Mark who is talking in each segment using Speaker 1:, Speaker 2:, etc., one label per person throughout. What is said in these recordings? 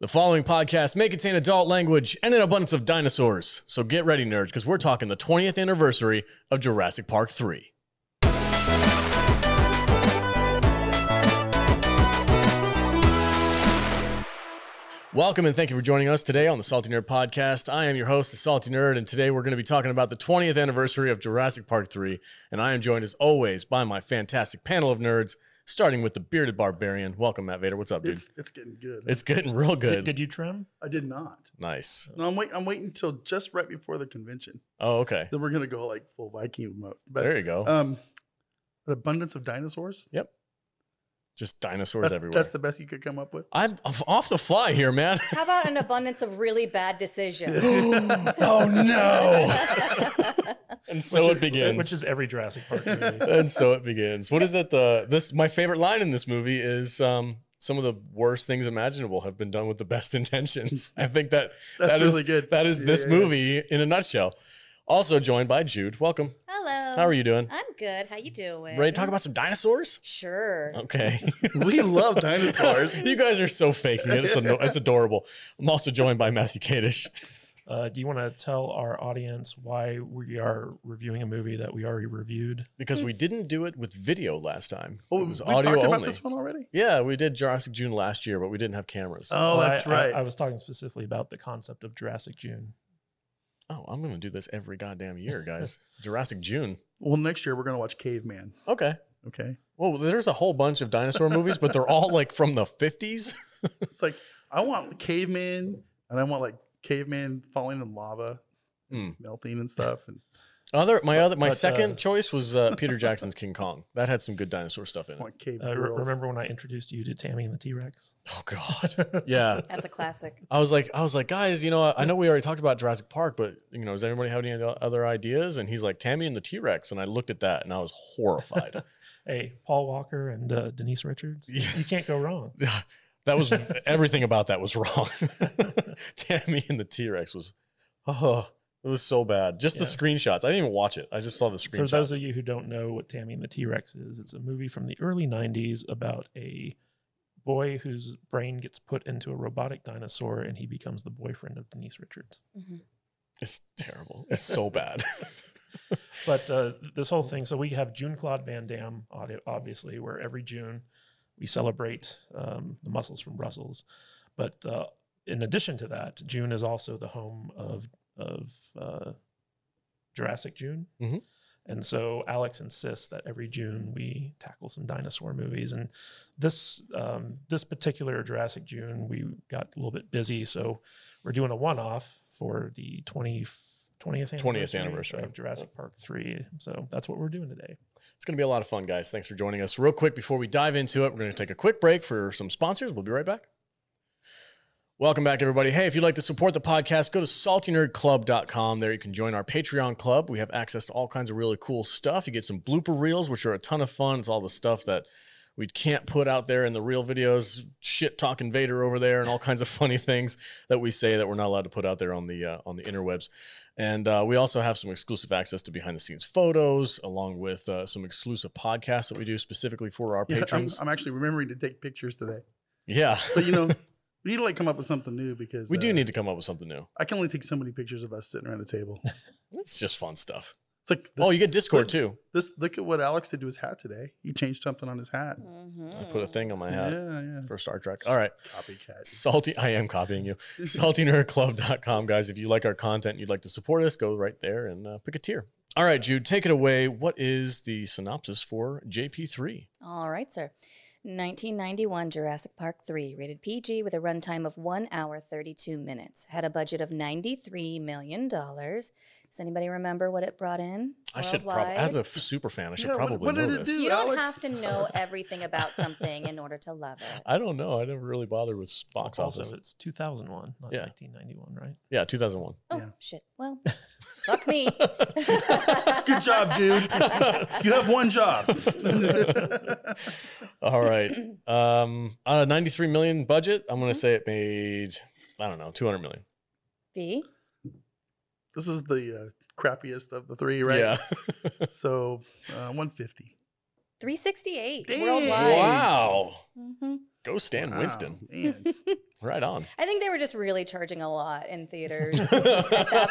Speaker 1: The following podcast may contain adult language and an abundance of dinosaurs. So get ready, nerds, because we're talking the 20th anniversary of Jurassic Park 3. Welcome and thank you for joining us today on the Salty Nerd Podcast. I am your host, the Salty Nerd, and today we're going to be talking about the 20th anniversary of Jurassic Park 3. And I am joined, as always, by my fantastic panel of nerds, starting with the bearded barbarian. Welcome, Matt Vader. What's up, dude?
Speaker 2: It's it's getting good.
Speaker 1: It's getting real good.
Speaker 3: Did, did you trim?
Speaker 2: I did not.
Speaker 1: Nice.
Speaker 2: No, I'm wait. I'm waiting until just right before the convention.
Speaker 1: Oh, okay.
Speaker 2: Then we're gonna go like full Viking mode. But
Speaker 1: There you go.
Speaker 2: um, an abundance of dinosaurs.
Speaker 1: Just dinosaurs
Speaker 2: That's,
Speaker 1: everywhere.
Speaker 2: that's the best you could come up with.
Speaker 1: I'm f- off the fly here, man.
Speaker 4: How about an abundance of really bad decisions?
Speaker 1: oh and so
Speaker 3: Which
Speaker 1: it
Speaker 3: is-
Speaker 1: begins.
Speaker 3: Which is every Jurassic Park movie.
Speaker 1: and so it begins. What is it? The this my favorite line in this movie is um, some of the worst things imaginable have been done with the best intentions. I think that
Speaker 2: That's
Speaker 1: That
Speaker 2: really good.
Speaker 1: that is this
Speaker 2: Yeah.
Speaker 1: movie in a nutshell. Also joined by Jude. Welcome.
Speaker 4: Hello.
Speaker 1: How are you doing?
Speaker 4: I'm good. How you doing?
Speaker 1: Ready to talk about Oh. some dinosaurs?
Speaker 4: Sure.
Speaker 1: Okay.
Speaker 2: we love dinosaurs.
Speaker 1: you guys are so faking it. It's, ano- it's adorable. I'm also joined by Matthew Kadish.
Speaker 3: Uh, do you want to tell our audience why we are reviewing a movie that we already reviewed?
Speaker 1: because we didn't do it with video last time.
Speaker 2: Hmm. Oh,
Speaker 1: it was
Speaker 2: we
Speaker 1: audio
Speaker 2: talked
Speaker 1: only.
Speaker 2: about this one already.
Speaker 1: Yeah, we did Jurassic June last year, but we didn't have cameras.
Speaker 2: Oh,
Speaker 3: Well, I-
Speaker 2: that's
Speaker 3: I-
Speaker 2: right.
Speaker 3: I, was talking specifically about the concept of Jurassic June.
Speaker 1: oh, I'm gonna do this every goddamn year, guys. Jurassic June.
Speaker 2: well, next year we're gonna watch Caveman.
Speaker 1: Okay.
Speaker 2: Okay,
Speaker 1: Well, there's a whole bunch of dinosaur movies, but they're all like from the 50s.
Speaker 2: it's like I want Caveman, and I want like Caveman falling in lava,
Speaker 1: Mm.
Speaker 2: melting and stuff, and
Speaker 1: Other, my other, my
Speaker 3: But, uh,
Speaker 1: second choice was uh, Peter Jackson's King Kong. That had some good dinosaur stuff in
Speaker 2: I
Speaker 1: it.
Speaker 2: want cave
Speaker 3: Uh, re-
Speaker 2: girls.
Speaker 3: remember when I introduced you to Tammy and the T Rex?
Speaker 1: Oh God. Yeah,
Speaker 4: That's a classic.
Speaker 1: I was like, I was like, guys, you know, I, I know we already talked about Jurassic Park, but you know, does anybody have any other ideas? And he's like, Tammy and the T Rex, and I looked at that and I was horrified.
Speaker 3: Hey, Paul Walker and uh, Denise Richards.
Speaker 1: Yeah.
Speaker 3: You can't go wrong.
Speaker 1: That was everything about that was wrong. Tammy and the T Rex was, oh, it was so bad. Just the
Speaker 3: Yeah.
Speaker 1: screenshots. I didn't even watch it. I just saw the
Speaker 3: For
Speaker 1: screenshots.
Speaker 3: those of you who don't know what Tammy and the T Rex is, it's a movie from the early 90s about a boy whose brain gets put into a robotic dinosaur and he becomes the boyfriend of Denise Richards.
Speaker 4: Mm-hmm.
Speaker 1: it's terrible. It's so bad.
Speaker 3: But uh, this whole thing, so we have June Claude Van Damme, audi- obviously, where every June we celebrate um, the muscles from Brussels. But uh, in addition to that, June is also the home of of uh, Jurassic June.
Speaker 1: Mhm.
Speaker 3: And so Alex insists that every June we tackle some dinosaur movies, and this um, this particular Jurassic June we got a little bit busy, so we're doing a one off for the 20, 20th
Speaker 1: 20th anniversary.
Speaker 3: of Jurassic Park three. So that's what we're doing today.
Speaker 1: It's going to be a lot of fun, guys. Thanks for joining us. Real quick, before we dive into it, we're going to take a quick break for some sponsors. We'll be right back. Welcome back, everybody. Hey, if you'd like to support the podcast, go to saltynerdclub.com. There you can join our Patreon club. We have access to all kinds of really cool stuff. You get some blooper reels, which are a ton of fun. It's all the stuff that we can't put out there in the real videos, shit talking Vader over there, and all kinds of funny things that we say that we're not allowed to put out there on the uh, on the interwebs. And uh, we also have some exclusive access to behind the scenes photos, along with uh, some exclusive podcasts that we do specifically for our
Speaker 2: Yeah, I'm-
Speaker 1: patrons.
Speaker 2: I'm, actually remembering to take pictures today.
Speaker 1: yeah,
Speaker 2: So you know, we need to like come up with something new because
Speaker 1: we do
Speaker 2: uh,
Speaker 1: need to come up with something new.
Speaker 2: I can only take so many pictures of us sitting around a table.
Speaker 1: It's just fun stuff.
Speaker 2: It's like this,
Speaker 1: oh, you get Discord too.
Speaker 2: this. Look at what Alex did to his hat today. He changed something on his hat.
Speaker 1: I put a thing on my
Speaker 2: Yeah,
Speaker 1: hat
Speaker 2: yeah.
Speaker 1: for Star Trek. All right.
Speaker 2: Copycat.
Speaker 1: Salty, I am copying you. SaltyNerdClub.com, guys. If you like our content and you'd like to support us, go right there and uh, pick a tier. All right, Jude, take it away. What is the synopsis for JP3?
Speaker 4: Mm-hmm. All right, sir. 1991 Jurassic Park 3, rated PG with a runtime of 1 hour 32 minutes. Had a budget of $93 million. Does anybody remember what it brought in?
Speaker 1: I should probably,
Speaker 4: worldwide?
Speaker 1: as a f- super fan, I should
Speaker 2: Yeah, what-
Speaker 1: probably
Speaker 2: what
Speaker 1: know
Speaker 2: did it
Speaker 1: this.
Speaker 2: do?
Speaker 4: You don't
Speaker 2: Alex-
Speaker 4: have to know everything about something in order to love it.
Speaker 1: I don't know. I never really bothered with box
Speaker 3: also,
Speaker 1: office.
Speaker 3: it's 2001, not
Speaker 1: Yeah.
Speaker 3: 1991, right?
Speaker 1: Yeah, 2001.
Speaker 4: Oh,
Speaker 2: Yeah.
Speaker 4: shit. Well, fuck me.
Speaker 2: Good job, Jude. You have one job.
Speaker 1: All right. Um, uh, 93 million budget. I'm
Speaker 4: Hmm?
Speaker 1: going to say it made, I don't know, 200 million.
Speaker 4: B.
Speaker 2: this is the uh, crappiest of the three, right?
Speaker 1: Yeah.
Speaker 2: So uh, 150.
Speaker 4: 368
Speaker 2: Dang.
Speaker 4: worldwide.
Speaker 1: wow.
Speaker 4: Mhm.
Speaker 1: Go Stan
Speaker 2: Wow,
Speaker 1: Winston.
Speaker 2: Ah, man.
Speaker 1: Right on.
Speaker 4: I think they were just really charging a lot in theaters at that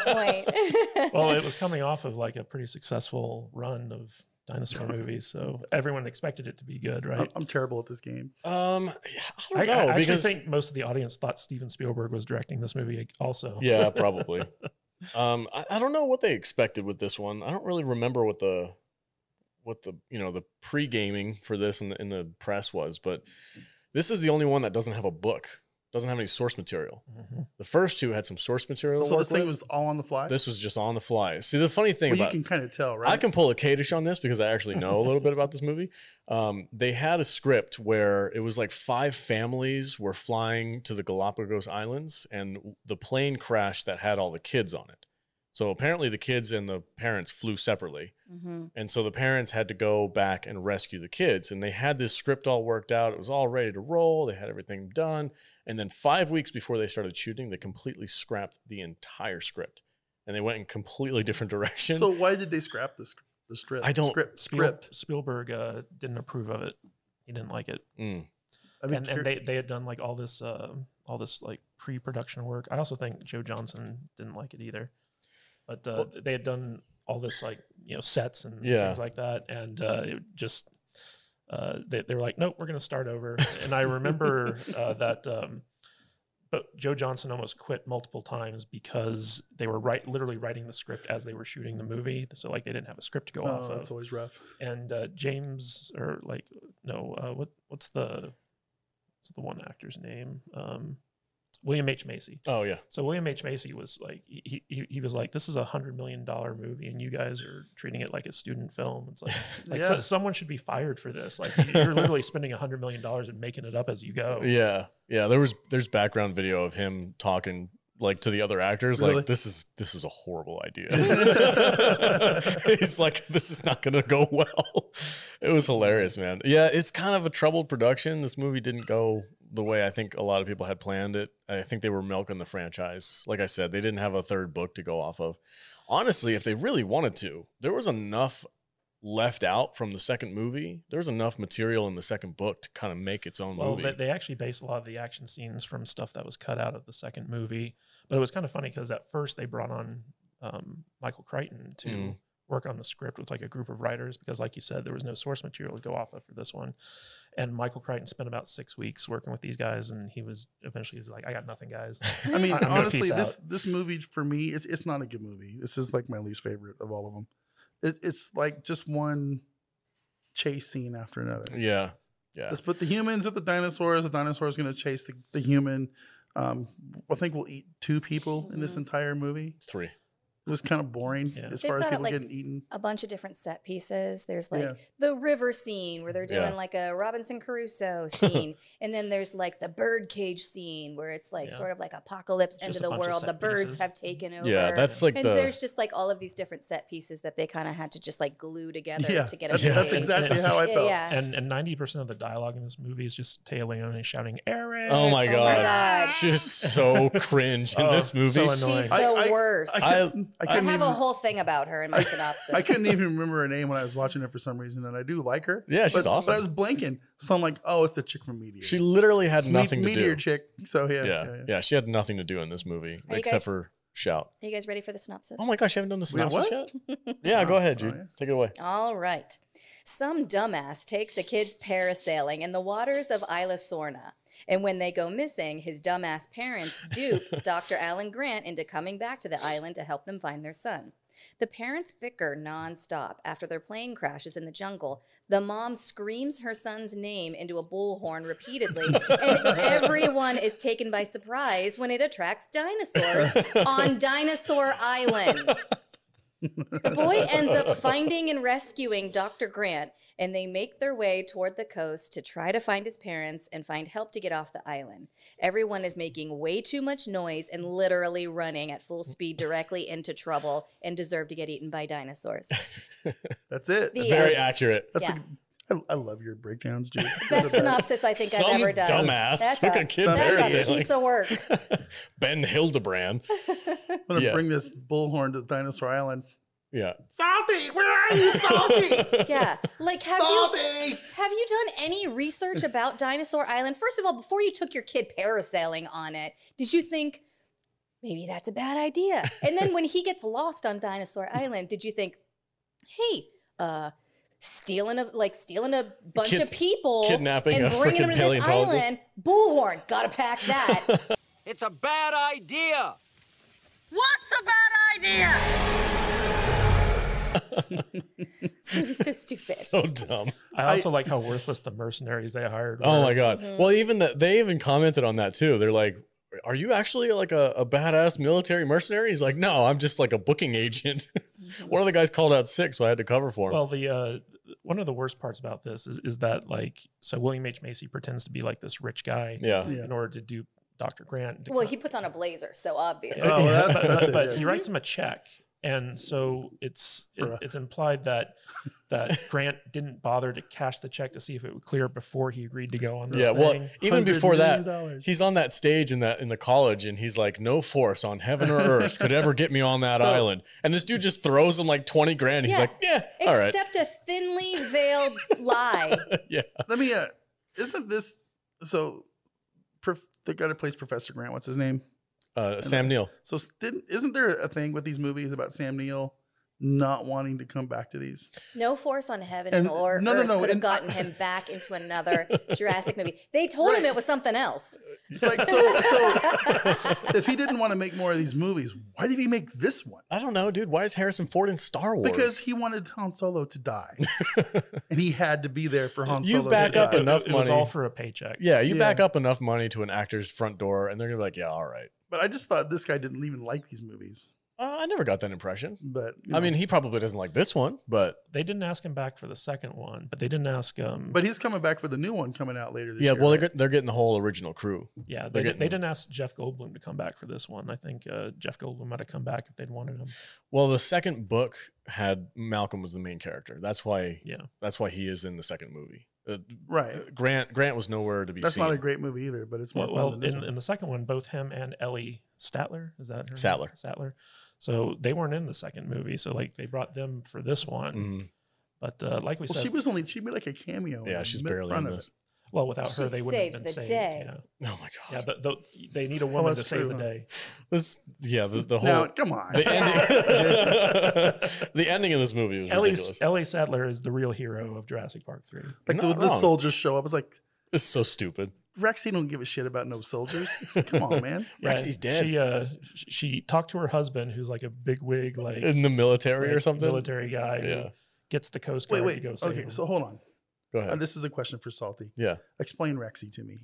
Speaker 4: point.
Speaker 3: well, it was coming off of like a pretty successful run of dinosaur movies, so everyone expected it to be good,
Speaker 2: I'm,
Speaker 3: right?
Speaker 2: I'm terrible at this game.
Speaker 1: Um,
Speaker 3: I,
Speaker 1: I don't know
Speaker 3: I actually
Speaker 1: because
Speaker 3: think most of the audience thought Steven Spielberg was directing this movie. Also,
Speaker 1: yeah, probably. um, I, I don't know what they expected with this one. I don't really remember what the what the you know the pre gaming for this in the in the press was, but this is the only one that doesn't have a book, doesn't have any source material.
Speaker 3: Mhm.
Speaker 1: The first two had some source material. to
Speaker 2: So
Speaker 1: work
Speaker 2: this thing
Speaker 1: with.
Speaker 2: was all on the fly.
Speaker 1: this was just on the fly. See, the funny thing
Speaker 2: well, you
Speaker 1: about
Speaker 2: can kind of tell, right?
Speaker 1: I can pull a Kadish on this because I actually know a little bit about this movie. Um, they had a script where it was like five families were flying to the Galapagos Islands, and the plane crashed that had all the kids on it. So apparently, the kids and the parents flew separately,
Speaker 4: hmm
Speaker 1: and so the parents had to go back and rescue the kids. And they had this script all worked out; it was all ready to roll. They had everything done, and then five weeks before they started shooting, they completely scrapped the entire script, and they went in completely different direction.
Speaker 2: so why did they scrap this the script?
Speaker 1: I don't-
Speaker 2: script.
Speaker 3: Spiel,
Speaker 2: script.
Speaker 3: Spielberg uh, didn't approve of it. He didn't like it.
Speaker 1: Mm.
Speaker 2: I mean,
Speaker 3: and, and they, they had done like all this uh, all this like pre-production work. I also think Joe Johnson didn't like it either, but uh,
Speaker 1: Well-
Speaker 3: they had done all this like you know sets and
Speaker 1: Yeah.
Speaker 3: things like that, and uh, it just uh, they they were like, nope, we're gonna start over. and I remember uh, that. Um, but Joe Johnson almost quit multiple times because they were right, literally writing the script as they were shooting the movie. So like they didn't have a script to go off
Speaker 2: oh,
Speaker 3: of
Speaker 2: that's always rough.
Speaker 3: and uh, James or like no, uh, what what's the what's the one actor's name? Um, William H Macy.
Speaker 1: Oh yeah.
Speaker 3: So William H Macy was like he he, he was like this is a hundred million dollar movie and you guys are treating it like a student film. It's like like so,
Speaker 2: Yeah.
Speaker 3: someone should be fired for this. Like you're literally spending a hundred million dollars and making it up as you go.
Speaker 1: Yeah. Yeah. There was there's background video of him talking like to the other actors,
Speaker 2: Really?
Speaker 1: like this is this is a horrible idea. He's like, this is not gonna go well. It was hilarious, man. Yeah, it's kind of a troubled production. This movie didn't go the way I think a lot of people had planned it. I think they were milking the franchise. Like I said, they didn't have a third book to go off of. Honestly, if they really wanted to, there was enough left out from the second movie. There was enough material in the second book to kind of make its own
Speaker 3: Well,
Speaker 1: movie.
Speaker 3: they, they actually based a lot of the action scenes from stuff that was cut out of the second movie. But it was kind of funny because at first they brought on um, Michael Crichton to
Speaker 1: Mm.
Speaker 3: work on the script with like a group of writers because, like you said, there was no source material to go off of for this one. And Michael Crichton spent about six weeks working with these guys, and he was eventually he's like, "I got nothing, guys."
Speaker 2: I mean,
Speaker 3: I'm gonna
Speaker 2: honestly,
Speaker 3: peace
Speaker 2: this this movie for me is it's not a good movie. This is like my least favorite of all of them. It, it's like just one chase scene after another.
Speaker 1: Yeah. Yeah.
Speaker 2: Let's put the humans with the dinosaurs. The dinosaurs going to chase the, the human. Um, I think we'll eat two people in this
Speaker 4: Mhm.
Speaker 2: entire movie.
Speaker 1: Three.
Speaker 2: It was kind of boring
Speaker 3: Yeah.
Speaker 2: as
Speaker 4: They've
Speaker 2: far as
Speaker 4: got it,
Speaker 2: people
Speaker 4: like-
Speaker 2: getting eaten.
Speaker 4: A bunch of different set pieces. There's like
Speaker 2: Yeah.
Speaker 4: the river scene where they're doing
Speaker 1: Yeah.
Speaker 4: like a Robinson Crusoe scene, and then there's like the bird cage scene where it's like
Speaker 3: Yeah.
Speaker 4: sort of like apocalypse
Speaker 3: It's
Speaker 4: end
Speaker 3: just a
Speaker 4: of the
Speaker 3: bunch of
Speaker 4: world.
Speaker 3: set
Speaker 4: The birds
Speaker 3: pieces.
Speaker 4: have taken over.
Speaker 1: Yeah, that's like
Speaker 4: and
Speaker 1: the
Speaker 4: there's just like all of these different set pieces that they kind of had to just like glue together
Speaker 2: Yeah,
Speaker 4: to get a
Speaker 2: that's,
Speaker 4: movie.
Speaker 2: that's
Speaker 3: Yeah.
Speaker 2: exactly
Speaker 3: Yeah.
Speaker 2: how I
Speaker 4: Yeah,
Speaker 2: felt.
Speaker 4: yeah.
Speaker 3: And and ninety percent of the dialogue in this movie is just Taya Leone shouting, "Eric!"
Speaker 1: Oh my
Speaker 4: Oh my
Speaker 1: God.
Speaker 4: god.
Speaker 1: just so cringe in
Speaker 3: Oh,
Speaker 1: this movie.
Speaker 3: so annoying.
Speaker 4: She's the
Speaker 2: I- I-
Speaker 4: worst.
Speaker 2: I, couldn't- I
Speaker 4: I,
Speaker 2: couldn't
Speaker 4: have
Speaker 2: even,
Speaker 4: a whole thing about her in my
Speaker 2: I-
Speaker 4: synopsis.
Speaker 2: I couldn't even remember her name when I was watching it for some reason, and I do like her.
Speaker 1: yeah, she's
Speaker 2: but,
Speaker 1: awesome.
Speaker 2: But I was blanking, so I'm like, oh, it's the chick from Meteor.
Speaker 1: she literally had
Speaker 2: Me-
Speaker 1: nothing to
Speaker 2: Meteor
Speaker 1: do.
Speaker 2: chick. So yeah,
Speaker 1: yeah, yeah, she had nothing to do in this movie
Speaker 4: you
Speaker 1: except
Speaker 4: guys-
Speaker 1: for shout.
Speaker 4: Are you guys ready for the synopsis?
Speaker 1: Oh my gosh, you haven't done the
Speaker 2: Wait,
Speaker 1: synopsis yet? Yeah, go ahead,
Speaker 2: Oh,
Speaker 1: dude.
Speaker 2: yeah.
Speaker 1: Take it away.
Speaker 4: All right. Some dumbass takes a kid parasailing in the waters of Isla Sorna. And when they go missing, his dumbass parents dupe Dr. Alan Grant into coming back to the island to help them find their son. The parents bicker nonstop after their plane crashes in the jungle. The mom screams her son's name into a bullhorn repeatedly, and everyone is taken by surprise when it attracts dinosaurs on Dinosaur Island. The boy ends up finding and rescuing Dr. Grant, and they make their way toward the coast to try to find his parents and find help to get off the island. Everyone is making way too much noise and literally running at full speed directly into trouble and deserve to get eaten by dinosaurs.
Speaker 2: That's it.
Speaker 4: The-
Speaker 1: It's very
Speaker 4: Yeah.
Speaker 1: accurate.
Speaker 2: That's
Speaker 4: Yeah.
Speaker 2: the, I, I love your breakdowns, dude.
Speaker 4: Best synopsis I think
Speaker 1: Some
Speaker 4: I've ever done.
Speaker 1: dumbass took a kid
Speaker 4: that's a
Speaker 1: parasailing.
Speaker 4: piece of work.
Speaker 1: ben Hildebrand.
Speaker 2: I'm gonna
Speaker 1: Yeah.
Speaker 2: bring this bullhorn to Dinosaur Island.
Speaker 1: Yeah.
Speaker 2: Salty, where are you, Salty?
Speaker 4: Yeah. Like, have you
Speaker 2: salty.
Speaker 4: Have you done any research about Dinosaur Island? First of all, before you took your kid parasailing on it, did you think maybe that's a bad idea? And then when he gets lost on Dinosaur Island, did you think, hey, uh, stealing a like stealing a bunch
Speaker 1: Kid-
Speaker 4: of people
Speaker 1: kidnapping
Speaker 4: and
Speaker 1: a
Speaker 4: bringing them
Speaker 1: freaking
Speaker 4: to this
Speaker 1: paleontologist.
Speaker 4: island? Bullhorn, gotta pack that.
Speaker 5: It's a bad idea.
Speaker 6: What's a bad idea?
Speaker 4: it's gonna be so stupid.
Speaker 1: so dumb.
Speaker 3: I also like how worthless the mercenaries they hired.
Speaker 1: Oh
Speaker 3: were.
Speaker 1: my god.
Speaker 4: Mhm.
Speaker 1: Well, even that they even commented on that too. They're like, "Are you actually like a, a badass military mercenary?" He's like, "No, I'm just like a booking agent."
Speaker 4: Mm-hmm.
Speaker 1: One of the guys called out sick, so I had to cover for him.
Speaker 3: Well, the uh, one of the worst parts about this is is that like so William H Macy pretends to be like this rich guy
Speaker 1: yeah.
Speaker 2: Yeah.
Speaker 3: in order to dupe Dr. Grant. to
Speaker 4: Well,
Speaker 3: cut-
Speaker 4: he puts on a blazer, so obvious.
Speaker 2: Oh, well, that's,
Speaker 3: but,
Speaker 2: that's
Speaker 3: but,
Speaker 2: it.
Speaker 3: but
Speaker 2: yeah.
Speaker 3: he writes him a check, and so it's it-
Speaker 2: Bruh.
Speaker 3: it's implied that that Grant didn't bother to cash the check to see if it would clear before he agreed to go on this
Speaker 1: Yeah, well,
Speaker 3: thing.
Speaker 1: even
Speaker 2: $100
Speaker 1: before that,
Speaker 2: million dollars.
Speaker 1: he's on that stage in that in the college and he's like, "No force on heaven or earth could ever get me on that
Speaker 2: So-
Speaker 1: island." And this dude just throws him like 20 grand. He's
Speaker 4: Yeah.
Speaker 1: like, "Yeah, all right."
Speaker 4: Except a thinly veiled lie.
Speaker 2: Let me. Uh, isn't this so? Prof, the guy that plays Professor Grant, what's his name?
Speaker 1: Uh, Sam Neill.
Speaker 2: So s- didn't isn't there a thing with these movies about Sam Neill not wanting to come back to these?
Speaker 4: No force on heaven
Speaker 2: And-
Speaker 4: or
Speaker 2: no, no,
Speaker 4: earth
Speaker 2: no,
Speaker 4: could have
Speaker 2: and-
Speaker 4: gotten him back into another Jurassic movie. They told him
Speaker 2: Right.
Speaker 4: it was something else.
Speaker 2: It's like so. So if he didn't want to make more of these movies, why did he make this one?
Speaker 1: I don't know, dude. Why is Harrison Ford in Star Wars?
Speaker 2: Because he wanted Han Solo to die, and he had to be there for Han
Speaker 1: You
Speaker 2: Solo.
Speaker 1: back
Speaker 2: to
Speaker 1: up
Speaker 2: die.
Speaker 3: it-
Speaker 1: enough
Speaker 3: it, was
Speaker 1: money.
Speaker 3: all for a paycheck.
Speaker 1: yeah, you
Speaker 2: Yeah.
Speaker 1: back up enough money to an actor's front door, and they're gonna be like, "Yeah, all right."
Speaker 2: But I just thought this guy didn't even like these movies.
Speaker 1: Uh, I never got that impression.
Speaker 2: But you
Speaker 1: I
Speaker 2: know.
Speaker 1: mean, he probably doesn't like this one, but
Speaker 3: They didn't ask him back for the second one, but they didn't ask um
Speaker 2: but he's coming back for the new one coming out later this
Speaker 1: yeah.
Speaker 2: year.
Speaker 1: Well,
Speaker 2: right?
Speaker 1: they're, get- they're getting the whole original crew.
Speaker 3: yeah,
Speaker 1: they're
Speaker 3: they, did, they
Speaker 1: getting-
Speaker 3: didn't ask Jeff Goldblum to come back for this one. I think uh, Jeff Goldblum might have come back if they'd wanted him.
Speaker 1: Well, the second book had Malcolm was the main character. That's why.
Speaker 3: Yeah.
Speaker 1: That's why he is in the second movie. Uh,
Speaker 2: right.
Speaker 1: Grant Grant was nowhere to be
Speaker 2: That's
Speaker 1: seen.
Speaker 2: not a great movie either, but it's more
Speaker 3: Well, well
Speaker 2: fun than this
Speaker 3: in,
Speaker 2: one.
Speaker 3: in the second one, both him and Ellie Statler is that her name?
Speaker 1: Sattler.
Speaker 3: Sattler. So they weren't in the second movie. So like they brought them for this one,
Speaker 1: Mhm.
Speaker 3: but uh, like we
Speaker 2: Well,
Speaker 3: said,
Speaker 2: she was only she made like a cameo.
Speaker 1: Yeah,
Speaker 2: in
Speaker 1: she's
Speaker 2: mid-
Speaker 1: barely
Speaker 2: front
Speaker 1: in
Speaker 2: of
Speaker 1: this.
Speaker 2: it.
Speaker 3: well without
Speaker 4: She
Speaker 3: her they wouldn't
Speaker 4: saves
Speaker 3: have been
Speaker 4: the
Speaker 3: saved.
Speaker 4: day.
Speaker 3: Yeah,
Speaker 1: Oh my
Speaker 3: yeah.
Speaker 1: god.
Speaker 3: But the, they need a woman to
Speaker 2: Oh, that's
Speaker 3: save
Speaker 2: true,
Speaker 3: the
Speaker 2: huh?
Speaker 3: day.
Speaker 1: this. Yeah. The, the whole.
Speaker 2: Now, come on.
Speaker 1: the ending. the ending in this movie was
Speaker 3: Ellie
Speaker 1: ridiculous.
Speaker 3: Ellie Sattler is the real hero of Jurassic Park three.
Speaker 2: like
Speaker 1: You're
Speaker 2: the,
Speaker 1: not
Speaker 2: the
Speaker 1: wrong.
Speaker 2: soldiers show up. It's like
Speaker 1: It's so stupid.
Speaker 2: Rexy don't give a shit about no soldiers. come on, man.
Speaker 3: Yeah,
Speaker 1: Rexy's dead.
Speaker 3: She uh, sh- she talked to her husband, who's like a big wig, like
Speaker 1: in the military or
Speaker 3: like,
Speaker 1: something.
Speaker 3: military guy. who
Speaker 1: Yeah.
Speaker 3: Gets the Coast Guard
Speaker 2: Wait,
Speaker 3: to
Speaker 2: wait.
Speaker 3: go save
Speaker 2: Okay,
Speaker 3: him.
Speaker 2: so hold on.
Speaker 1: Go
Speaker 2: Uh,
Speaker 1: ahead.
Speaker 2: this is a question for Salty.
Speaker 1: Yeah.
Speaker 2: Explain Rexy to me.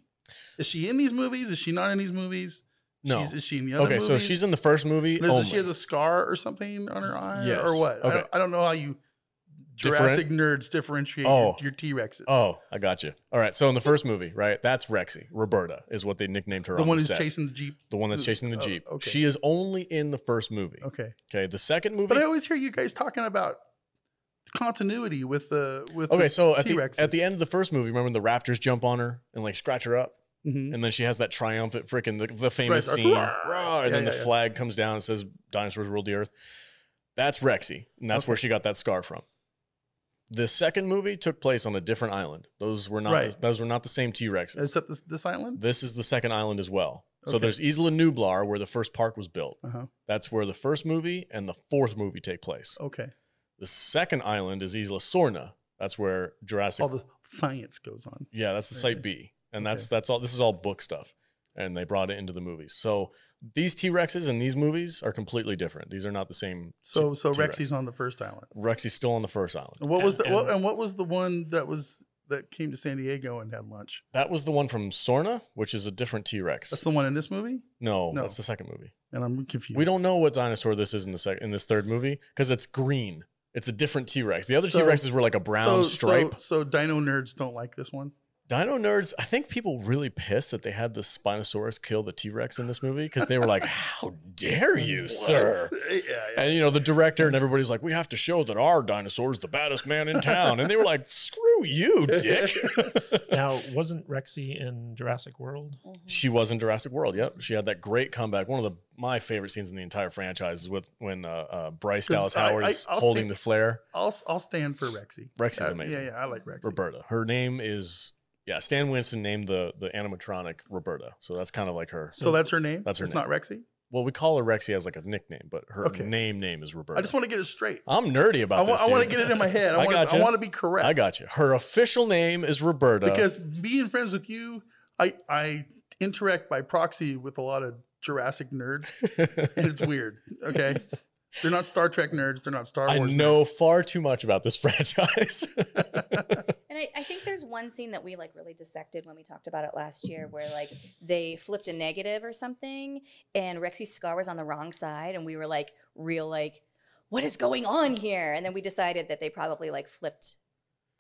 Speaker 2: Is she in these movies? Is she not in these movies?
Speaker 1: No.
Speaker 2: She's, is she in the other
Speaker 1: Okay, so
Speaker 2: movies?
Speaker 1: she's in the first movie. Oh
Speaker 2: And is it-
Speaker 1: Only.
Speaker 2: She has a scar or something on her eye,
Speaker 1: Yes.
Speaker 2: or what? I,
Speaker 1: Okay.
Speaker 2: don't, I don't know how you Jurassic nerds differentiate
Speaker 1: Oh.
Speaker 2: your, your T Rexes.
Speaker 1: Oh, I got you. All right. So in the first movie, right, that's Rexy. Roberta is what they nicknamed her.
Speaker 2: the
Speaker 1: on
Speaker 2: one
Speaker 1: the
Speaker 2: who's
Speaker 1: set.
Speaker 2: chasing the jeep.
Speaker 1: The one that's chasing the
Speaker 2: Oh,
Speaker 1: jeep.
Speaker 2: okay.
Speaker 1: She is only in the first movie. Okay.
Speaker 2: Okay,
Speaker 1: the second movie.
Speaker 2: but I always hear you guys talking about continuity with the with
Speaker 1: okay,
Speaker 2: the
Speaker 1: so at the,
Speaker 2: T-Rexes.
Speaker 1: at the end of the first movie, remember when the Raptors jump on her and like scratch her up,
Speaker 2: Mhm.
Speaker 1: and then she has that triumphant freaking the, the famous
Speaker 2: Right, like,
Speaker 1: scene,
Speaker 2: "Rawr."
Speaker 1: "Rawr," and
Speaker 2: Yeah,
Speaker 1: then the
Speaker 2: yeah, yeah.
Speaker 1: flag comes down and says dinosaurs ruled the earth. That's Rexy, and that's
Speaker 2: Okay.
Speaker 1: where she got that scar from. The second movie took place on a different island. Those were not
Speaker 2: Right.
Speaker 1: the, those were not the same T Rexes.
Speaker 2: except this, this island.
Speaker 1: This is the second island as well. So
Speaker 2: Okay.
Speaker 1: there's Isla Nublar, where the first park was built.
Speaker 2: Uh huh.
Speaker 1: That's where the first movie and the fourth movie take place.
Speaker 2: Okay,
Speaker 1: The second island is Isla Sorna. That's where Jurassic.
Speaker 2: all the science goes on.
Speaker 1: yeah, that's the site B, and that's that's all. This is all book stuff, and they brought it into the movies. So these T Rexes in these movies are completely different. These are not the same.
Speaker 2: So so
Speaker 1: T-Rex.
Speaker 2: Rexy's on the first island.
Speaker 1: Rexy's still on the first island.
Speaker 2: And what was the
Speaker 3: And-
Speaker 2: and, what,
Speaker 3: and-
Speaker 2: and what was the one that was that came to San Diego and had lunch?
Speaker 1: That was the one from Sorna, which is a different T
Speaker 2: That's
Speaker 1: Rex.
Speaker 2: the one in this movie,
Speaker 1: No,
Speaker 2: No.
Speaker 1: that's the second movie.
Speaker 2: and I'm confused.
Speaker 1: We don't know what dinosaur this is in the sec- in this third movie because it's green. It's a different T Rex. The other
Speaker 2: So-
Speaker 1: T Rexes were like a brown
Speaker 2: So- so-
Speaker 1: stripe.
Speaker 2: So, Dino nerds don't like this one.
Speaker 1: Dino nerds, I think people really pissed that they had the Spinosaurus kill the T Rex in this movie because they were like, "How dare you, sir!"
Speaker 2: yeah, yeah.
Speaker 1: And you know, the director and everybody's like, we have to show that our dinosaur's the baddest man in town. And they were like, screw you, dick.
Speaker 3: Now, wasn't Rexy in Jurassic World?
Speaker 1: she was in Jurassic World. Yep. She had that great comeback. One of the my favorite scenes in the entire franchise is with when uh, uh, Bryce
Speaker 2: 'Cause
Speaker 1: Dallas
Speaker 2: I-
Speaker 1: Howard
Speaker 2: I-
Speaker 1: is
Speaker 2: I'll
Speaker 1: holding
Speaker 2: speak-
Speaker 1: the flare.
Speaker 2: I'll I'll stand for Rexy.
Speaker 1: Rexy's
Speaker 2: Uh,
Speaker 1: amazing.
Speaker 2: Yeah, yeah, I like Rexy.
Speaker 1: Roberta. Her name is yeah. Stan Winston named the the animatronic Roberta. So that's kind of like her.
Speaker 2: So that's her name.
Speaker 1: That's her
Speaker 2: It's
Speaker 1: name.
Speaker 2: not Rexy.
Speaker 1: Well, we call her Rexy as like a nickname, but her
Speaker 2: Okay.
Speaker 1: name name is Roberta.
Speaker 2: I just want to get it straight.
Speaker 1: I'm nerdy about
Speaker 2: I
Speaker 1: this.
Speaker 2: want I want to
Speaker 1: dude.
Speaker 2: get it in my head. I
Speaker 1: I
Speaker 2: want
Speaker 1: gotcha.
Speaker 2: I want to be correct.
Speaker 1: I got uh, you. Her official name is Roberta.
Speaker 2: because being friends with you, I I interact by proxy with a lot of Jurassic nerds, and it's weird. Okay, they're not Star Trek nerds. They're not Star
Speaker 1: I
Speaker 2: Wars.
Speaker 1: know far too much about this franchise.
Speaker 4: And I, I think there's one scene that we like really dissected when we talked about it last year where like they flipped a negative or something and Rexy's scar was on the wrong side and we were like real like, what is going on here? And then we decided that they probably like flipped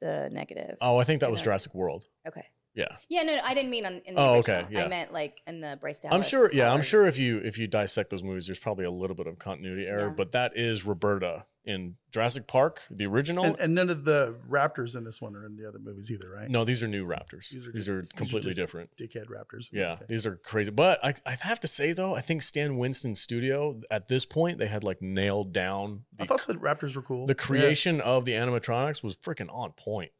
Speaker 4: the negative.
Speaker 1: oh, I think that was
Speaker 4: Yeah.
Speaker 1: Jurassic World.
Speaker 4: Okay.
Speaker 1: Yeah.
Speaker 4: Yeah, no, no I didn't mean on in the
Speaker 1: Oh, okay,
Speaker 4: original.
Speaker 1: yeah.
Speaker 4: I meant like in the Bryce Dallas.
Speaker 1: I'm sure. Yeah, I'm
Speaker 4: Howard.
Speaker 1: sure if you if you dissect those movies, there's probably a little bit of continuity error,
Speaker 4: Yeah.
Speaker 1: but that is Roberta in Jurassic Park, the original.
Speaker 2: And, and none of the Raptors in this one are in the other movies either, right?
Speaker 1: no, these are new Raptors. These
Speaker 2: These
Speaker 1: are,
Speaker 2: are just- these are
Speaker 1: completely
Speaker 2: just-
Speaker 1: different.
Speaker 2: Dickhead Raptors.
Speaker 1: Yeah,
Speaker 2: Okay.
Speaker 1: these are crazy. But I, I have to say though, I think Stan Winston Studio at this point they had like nailed down
Speaker 2: I
Speaker 1: the
Speaker 2: thought the Raptors were cool.
Speaker 1: the
Speaker 2: Yeah.
Speaker 1: creation of the animatronics was freaking on point.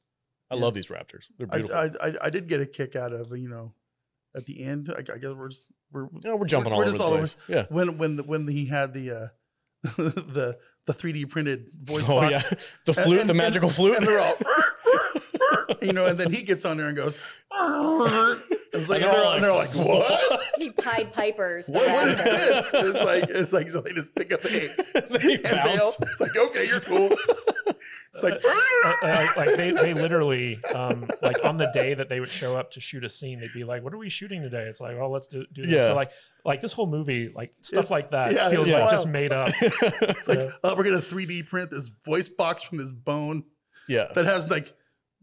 Speaker 1: I
Speaker 2: Yeah.
Speaker 1: love these Raptors. They're
Speaker 2: I,
Speaker 1: beautiful.
Speaker 2: I, I I did get a kick out of you know, at the end. I, I guess we're just, we're
Speaker 1: yeah, we're jumping
Speaker 2: we're
Speaker 1: all over
Speaker 2: just
Speaker 1: the
Speaker 2: all over-
Speaker 1: place. Yeah.
Speaker 2: when when the, when he had the uh, the the 3D printed voice
Speaker 1: oh
Speaker 2: box.
Speaker 1: yeah, the
Speaker 2: And-
Speaker 1: flute,
Speaker 2: and-
Speaker 1: the
Speaker 2: and-
Speaker 1: magical flute.
Speaker 2: and they're all you know, and then he gets on there and goes, it's like, and, they're, all- and they're like, what?
Speaker 4: He Pied Pipers. the
Speaker 2: What, what is
Speaker 4: raptor.
Speaker 2: this? It's like it's like so they just pick up the eggs
Speaker 1: they
Speaker 2: and they all,
Speaker 1: bounce.
Speaker 2: it's like okay, you're cool. It's like
Speaker 3: Uh, uh, like they, they literally um, like on the day that they would show up to shoot a scene, they'd be like, "What are we shooting today?" It's like, "Oh, let's do, do this."
Speaker 1: Yeah.
Speaker 3: So like like this whole movie, like stuff
Speaker 2: It's-
Speaker 3: like that,
Speaker 2: yeah,
Speaker 3: feels
Speaker 1: it's
Speaker 3: like
Speaker 2: wild.
Speaker 3: just made up. Uh,
Speaker 2: it's like oh, we're gonna 3D print this voice box from this bone
Speaker 1: yeah,
Speaker 2: that has like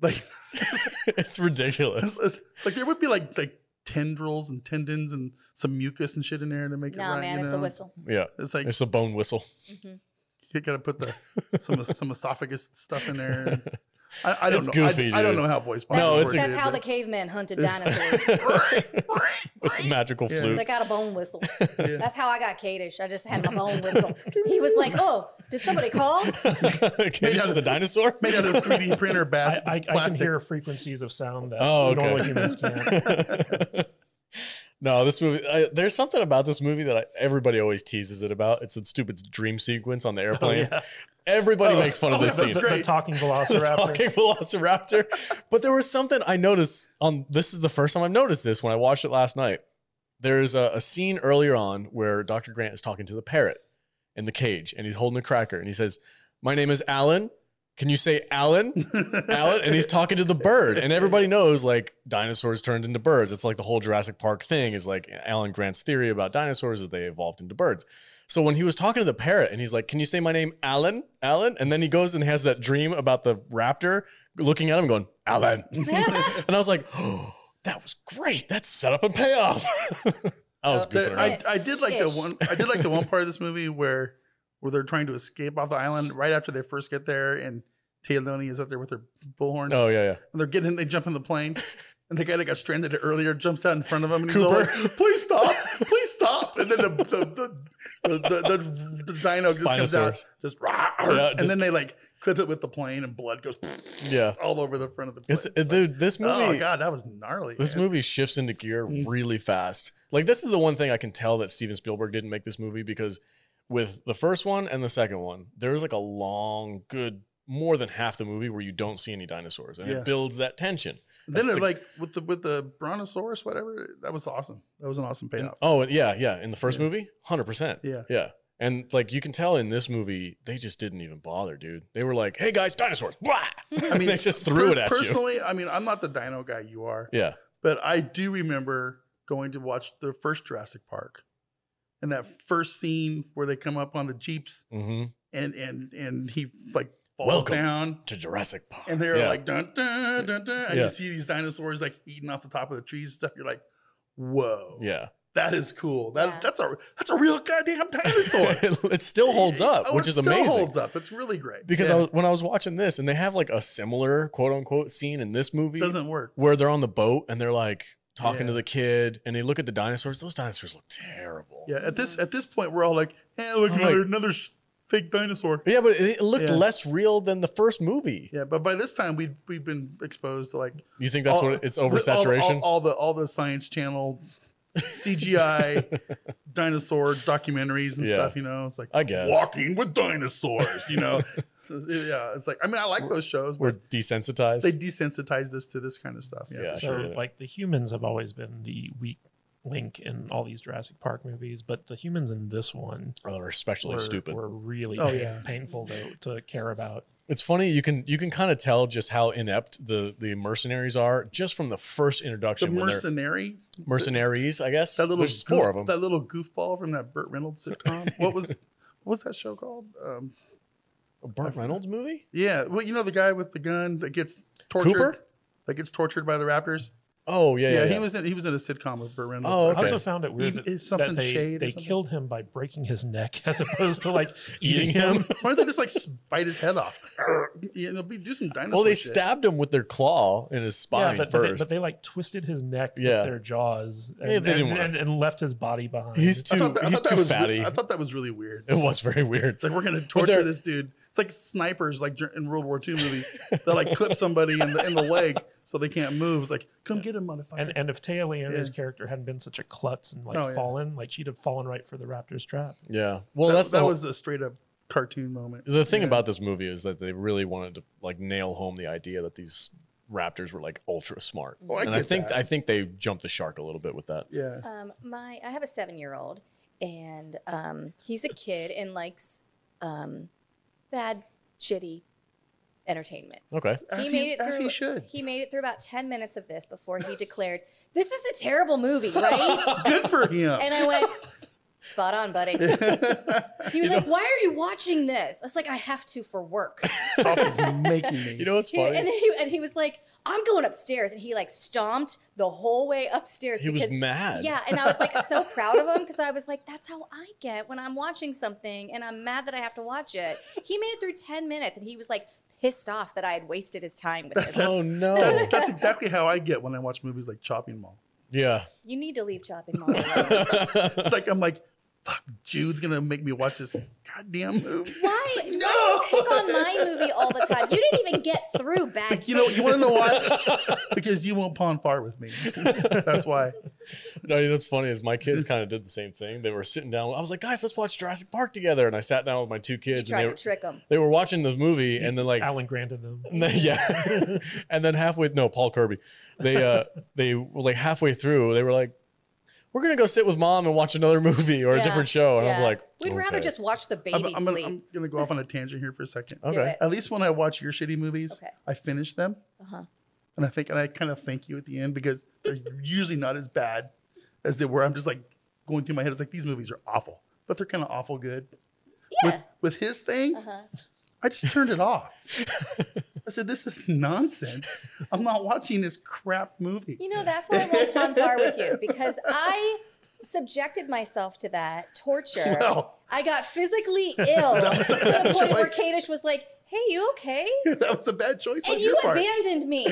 Speaker 2: like
Speaker 1: it's
Speaker 2: it's,
Speaker 1: ridiculous.
Speaker 2: it's- it's like there would be like like tendrils and tendons and some mucus and shit in there to make it.
Speaker 4: No,
Speaker 2: right,
Speaker 4: man,
Speaker 2: you
Speaker 4: it's a
Speaker 2: know?
Speaker 4: whistle.
Speaker 1: Yeah,
Speaker 2: It's like
Speaker 1: it's a bone whistle.
Speaker 4: Mhm.
Speaker 2: you gotta put the some some esophagus stuff in there. I, I don't
Speaker 1: It's
Speaker 2: know. I-
Speaker 1: goofy,
Speaker 2: I, don't
Speaker 1: dude.
Speaker 2: know how voice box.
Speaker 4: That's,
Speaker 1: No, it's a-
Speaker 4: that's how the cavemen hunted dinosaurs.
Speaker 1: It's a magical
Speaker 2: Yeah.
Speaker 1: flute.
Speaker 4: They got a bone whistle. That's how I got Kadish. I just had my bone whistle. He was like, "Oh, did somebody call?"
Speaker 1: Okay, it's
Speaker 2: out
Speaker 1: just
Speaker 2: of
Speaker 1: a
Speaker 2: th-
Speaker 1: dinosaur.
Speaker 2: made out of three D printer
Speaker 3: I,
Speaker 2: bas-
Speaker 3: I, I can
Speaker 2: plastic.
Speaker 3: hear frequencies of sound that
Speaker 1: Oh, okay.
Speaker 3: normal humans can't.
Speaker 1: no, this movie. I, there's something about this movie that I, everybody always teases it about. It's the stupid dream sequence on the airplane.
Speaker 3: Oh, yeah.
Speaker 1: Everybody
Speaker 2: Oh,
Speaker 1: makes fun of
Speaker 2: oh,
Speaker 1: this
Speaker 2: yeah,
Speaker 1: scene.
Speaker 3: The,
Speaker 2: That's
Speaker 3: the
Speaker 2: great.
Speaker 3: talking
Speaker 1: the
Speaker 3: velociraptor.
Speaker 1: talking velociraptor. but there was something I noticed on this is the first time I've noticed this when I watched it last night. There's a, a scene earlier on where Dr. Grant is talking to the parrot in the cage and he's holding a cracker and he says, My name is Alan. Can you say Alan? Alan? And he's talking to the bird. And everybody knows like dinosaurs turned into birds. It's like the whole Jurassic Park thing is like Alan Grant's theory about dinosaurs is they evolved into birds. So when he was talking to the parrot and he's like, Can you say my name, Alan? Alan? And then he goes and has that dream about the raptor looking at him going, Alan. and I was like, Oh, that was great. That's setup and payoff. I was
Speaker 4: Uh,
Speaker 1: goofing
Speaker 2: The-
Speaker 1: around.
Speaker 2: I, I did like the
Speaker 4: Ish.
Speaker 2: one. I did like the one part of this movie where where they're trying to escape off the island right after they first get there, and Leone is up there with her bullhorn,
Speaker 1: oh, yeah, yeah.
Speaker 2: and they're getting. They jump in the plane. And the guy that got stranded earlier jumps out in front of him and he's
Speaker 1: Cooper.
Speaker 2: all like, please stop, please stop. And then the, the, the, the, the, the, the dino just comes out,
Speaker 1: Spinosaurus.
Speaker 2: just, rah,
Speaker 1: Yeah,
Speaker 2: and
Speaker 1: just-
Speaker 2: then they like clip it with the plane and blood goes
Speaker 1: Yeah.
Speaker 2: all over the front of the plane.
Speaker 1: It's, dude, this movie.
Speaker 2: oh, God, that was gnarly.
Speaker 1: This
Speaker 2: man.
Speaker 1: movie shifts into gear
Speaker 2: Mm-hmm.
Speaker 1: really fast. Like this is the one thing I can tell that Steven Spielberg didn't make this movie because with the first one and the second one, there's like a long, good, more than half the movie where you don't see any dinosaurs, and
Speaker 2: Yeah.
Speaker 1: it builds that tension.
Speaker 2: Then
Speaker 1: That's
Speaker 2: it,
Speaker 1: the-
Speaker 2: like with the with the brontosaurus, whatever, that was awesome. That was an awesome
Speaker 1: And-
Speaker 2: payoff.
Speaker 1: oh, and yeah, yeah. In the first
Speaker 2: Yeah.
Speaker 1: movie, hundred percent.
Speaker 2: Yeah.
Speaker 1: yeah. And like you can tell in this movie, they just didn't even bother, dude. They were like, "Hey guys, dinosaurs!" Blah! I mean, they just threw
Speaker 2: Per-
Speaker 1: it at you.
Speaker 2: personally, I mean, I'm not the dino guy you are,
Speaker 1: Yeah,
Speaker 2: but I do remember going to watch the first Jurassic Park, and that first scene where they come up on the jeeps
Speaker 1: hmm
Speaker 2: and and and he like falls
Speaker 1: Welcome.
Speaker 2: down.
Speaker 1: to Jurassic Park.
Speaker 2: And they're
Speaker 1: Yeah.
Speaker 2: like dun dun dun dun, and
Speaker 1: Yeah.
Speaker 2: you see these dinosaurs like eating off the top of the trees and stuff. You're like, whoa,
Speaker 1: yeah,
Speaker 2: that is cool. That
Speaker 4: Yeah.
Speaker 2: that's a that's a real goddamn dinosaur.
Speaker 1: it still holds up,
Speaker 2: Oh,
Speaker 1: Uh, which
Speaker 2: it
Speaker 1: is
Speaker 2: still
Speaker 1: amazing.
Speaker 2: Holds up. It's really great
Speaker 1: Because
Speaker 2: Yeah.
Speaker 1: I was, when I was watching this, and they have like a similar quote unquote scene in this movie
Speaker 2: it doesn't work.
Speaker 1: where they're on the boat and they're like talking to
Speaker 2: Yeah.
Speaker 1: the kid, and they look at the dinosaurs. Those dinosaurs look terrible.
Speaker 2: Yeah, at this at this point, we're all like, eh, look,
Speaker 1: I'm
Speaker 2: another,
Speaker 1: like-
Speaker 2: another sh- fake dinosaur.
Speaker 1: Yeah, but it it looked
Speaker 2: Yeah.
Speaker 1: less real than the first movie.
Speaker 2: Yeah, but by this time, we'd we'd been exposed to like
Speaker 1: You think that's
Speaker 2: all-
Speaker 1: what it- it's
Speaker 2: all-
Speaker 1: oversaturation?
Speaker 2: All, all the all the Science Channel CGI dinosaur documentaries and
Speaker 1: Yeah.
Speaker 2: stuff. You know, it's like
Speaker 1: I guess.
Speaker 2: walking with dinosaurs. You know, So, yeah, it's like I mean, I like those shows,
Speaker 1: We're
Speaker 2: but
Speaker 1: desensitized.
Speaker 2: they desensitized us to this kind of stuff. Yeah,
Speaker 1: Yeah.
Speaker 2: for sure.
Speaker 3: so
Speaker 1: sure, yeah.
Speaker 3: like the humans have always been the weak link in all these Jurassic Park movies, but the humans in this one
Speaker 1: oh, they're especially
Speaker 3: were,
Speaker 1: stupid.
Speaker 3: were really
Speaker 2: Oh,
Speaker 3: pain-
Speaker 2: yeah.
Speaker 3: painful to, to care about.
Speaker 1: It's funny you can you can kind of tell just how inept the the mercenaries are just from the first
Speaker 2: the
Speaker 1: introduction. when they're
Speaker 2: mercenary,
Speaker 1: mercenaries, I guess.
Speaker 2: that little
Speaker 1: There's four
Speaker 2: goof-
Speaker 1: of them.
Speaker 2: that little goofball from that Burt Reynolds sitcom. what was what was that show called? Um,
Speaker 1: A Burt Reynolds movie?
Speaker 2: yeah, well, you know the guy with the gun that gets tortured,
Speaker 1: Cooper?
Speaker 2: that gets tortured by the Raptors.
Speaker 1: Oh yeah,
Speaker 2: Yeah,
Speaker 1: yeah.
Speaker 2: he
Speaker 1: yeah.
Speaker 2: was in he was in a sitcom with Burt Reynolds.
Speaker 1: Oh,
Speaker 3: I
Speaker 1: okay.
Speaker 3: also found it weird
Speaker 2: Even-
Speaker 3: that,
Speaker 2: is
Speaker 3: that
Speaker 2: something shade
Speaker 3: they,
Speaker 2: or
Speaker 3: they
Speaker 2: something?
Speaker 3: killed him by breaking his neck as opposed to like eating him.
Speaker 2: Why don't they just like bite his head off? you know, be- do some dinosaur.
Speaker 1: Well, they
Speaker 2: shit.
Speaker 1: stabbed him with their claw in his spine
Speaker 3: yeah, but, but they,
Speaker 1: first.
Speaker 3: but they like twisted his neck
Speaker 1: Yeah.
Speaker 3: with their jaws and,
Speaker 1: Yeah, they didn't
Speaker 3: and,
Speaker 1: wanna-
Speaker 3: and, and left his body behind.
Speaker 1: he's
Speaker 2: I
Speaker 1: too
Speaker 2: thought that- I
Speaker 1: he's
Speaker 2: thought that
Speaker 1: too
Speaker 2: was re-
Speaker 1: fatty.
Speaker 2: I thought that was really weird.
Speaker 1: it was very weird.
Speaker 2: It's like we're gonna
Speaker 1: they're-
Speaker 2: torture this dude. It's like snipers, like dur- in World War II movies, that like clip somebody in the in the leg so they can't move. It's like, come get him, motherfucker.
Speaker 3: and and if Taya Leone's
Speaker 2: Yeah.
Speaker 3: character hadn't been such a klutz and like
Speaker 2: Oh, yeah.
Speaker 3: fallen, like she'd have fallen right for the Raptor's trap.
Speaker 1: Yeah. Well,
Speaker 2: that,
Speaker 1: that's
Speaker 2: that
Speaker 1: the, was
Speaker 2: was a straight up cartoon moment.
Speaker 1: the thing
Speaker 2: Yeah.
Speaker 1: about this movie is that they really wanted to like nail home the idea that these raptors were like ultra smart.
Speaker 2: Oh, I
Speaker 1: and I
Speaker 2: get
Speaker 1: think
Speaker 2: that.
Speaker 1: I think they jumped the shark a little bit with that.
Speaker 2: yeah.
Speaker 4: Um, my I have a seven year old, and um, he's a kid and likes um, bad, shitty entertainment.
Speaker 1: Okay.
Speaker 2: As
Speaker 4: he
Speaker 2: he-
Speaker 4: made it
Speaker 2: as
Speaker 4: through.
Speaker 2: he should.
Speaker 4: he made it through about ten minutes of this before he declared, "This is a terrible movie, right?"
Speaker 2: Good for him.
Speaker 4: and I went, "Spot on, buddy." He was like, "Why are you watching this?" I was like, "I have to for work."
Speaker 2: Stop is making me.
Speaker 1: You know what's
Speaker 4: He- and
Speaker 1: funny?
Speaker 4: then he and he was like, "I'm going upstairs," and he like stomped the whole way upstairs.
Speaker 1: He was
Speaker 4: because-
Speaker 1: mad.
Speaker 4: Yeah, and I was like so proud of him because I was like, "That's how I get when I'm watching something and I'm mad that I have to watch it." He made it through ten minutes, and he was like pissed off that I had wasted his time with this.
Speaker 1: Oh no.
Speaker 2: That- that's exactly how I get when I watch movies like Chopping Mall.
Speaker 1: yeah.
Speaker 4: You need to leave chopping mall. alone.
Speaker 2: It's like I'm like, fuck, Jude's gonna make me watch this goddamn movie.
Speaker 4: Why?
Speaker 2: No.
Speaker 4: Why do you pick on my movie all the time? You didn't even get through bad.
Speaker 2: You know,
Speaker 4: taste.
Speaker 2: you want to know why? Because you won't pawn far with me. That's why.
Speaker 1: No, you know what's funny is my kids kind of did the same thing. They were sitting down. I was like, guys, let's watch Jurassic Park together. And I sat down with my two
Speaker 4: you
Speaker 1: kids, and
Speaker 4: tried
Speaker 1: they
Speaker 4: to
Speaker 1: were,
Speaker 4: trick him.
Speaker 1: they were watching this movie, and then like,
Speaker 3: Alan Grant and them.
Speaker 1: and then- yeah, and then halfway, no, Paul Kirby, they uh, they were like halfway through, they were like, we're gonna go sit with mom and watch another movie or a
Speaker 4: Yeah,
Speaker 1: different show, and I'm
Speaker 4: yeah.
Speaker 1: like,
Speaker 4: we'd rather
Speaker 1: okay.
Speaker 4: just watch the
Speaker 2: I'm,
Speaker 4: baby
Speaker 2: I'm gonna,
Speaker 4: sleep.
Speaker 2: I'm gonna go off on a tangent here for a second.
Speaker 1: okay.
Speaker 4: Do it.
Speaker 2: At least when I watch your shitty movies,
Speaker 4: Okay.
Speaker 2: I finish them,
Speaker 4: Uh-huh.
Speaker 2: and I think, and I kind of thank you at the end because they're usually not as bad as they were. I'm just like going through my head. It's like these movies are awful, but they're kind of awful good.
Speaker 4: Yeah.
Speaker 2: With, with his thing,
Speaker 4: Uh-huh.
Speaker 2: I just turned it off. I said, "This is nonsense. I'm not watching this crap movie."
Speaker 4: You know, that's why I won't come far with you because I subjected myself to that torture.
Speaker 2: Well.
Speaker 4: I got physically ill to
Speaker 2: was a
Speaker 4: the point where
Speaker 2: choice.
Speaker 4: Kadish was like, "Hey, you okay?"
Speaker 2: that was a bad choice on
Speaker 4: And
Speaker 2: your
Speaker 4: you
Speaker 2: part.
Speaker 4: abandoned me.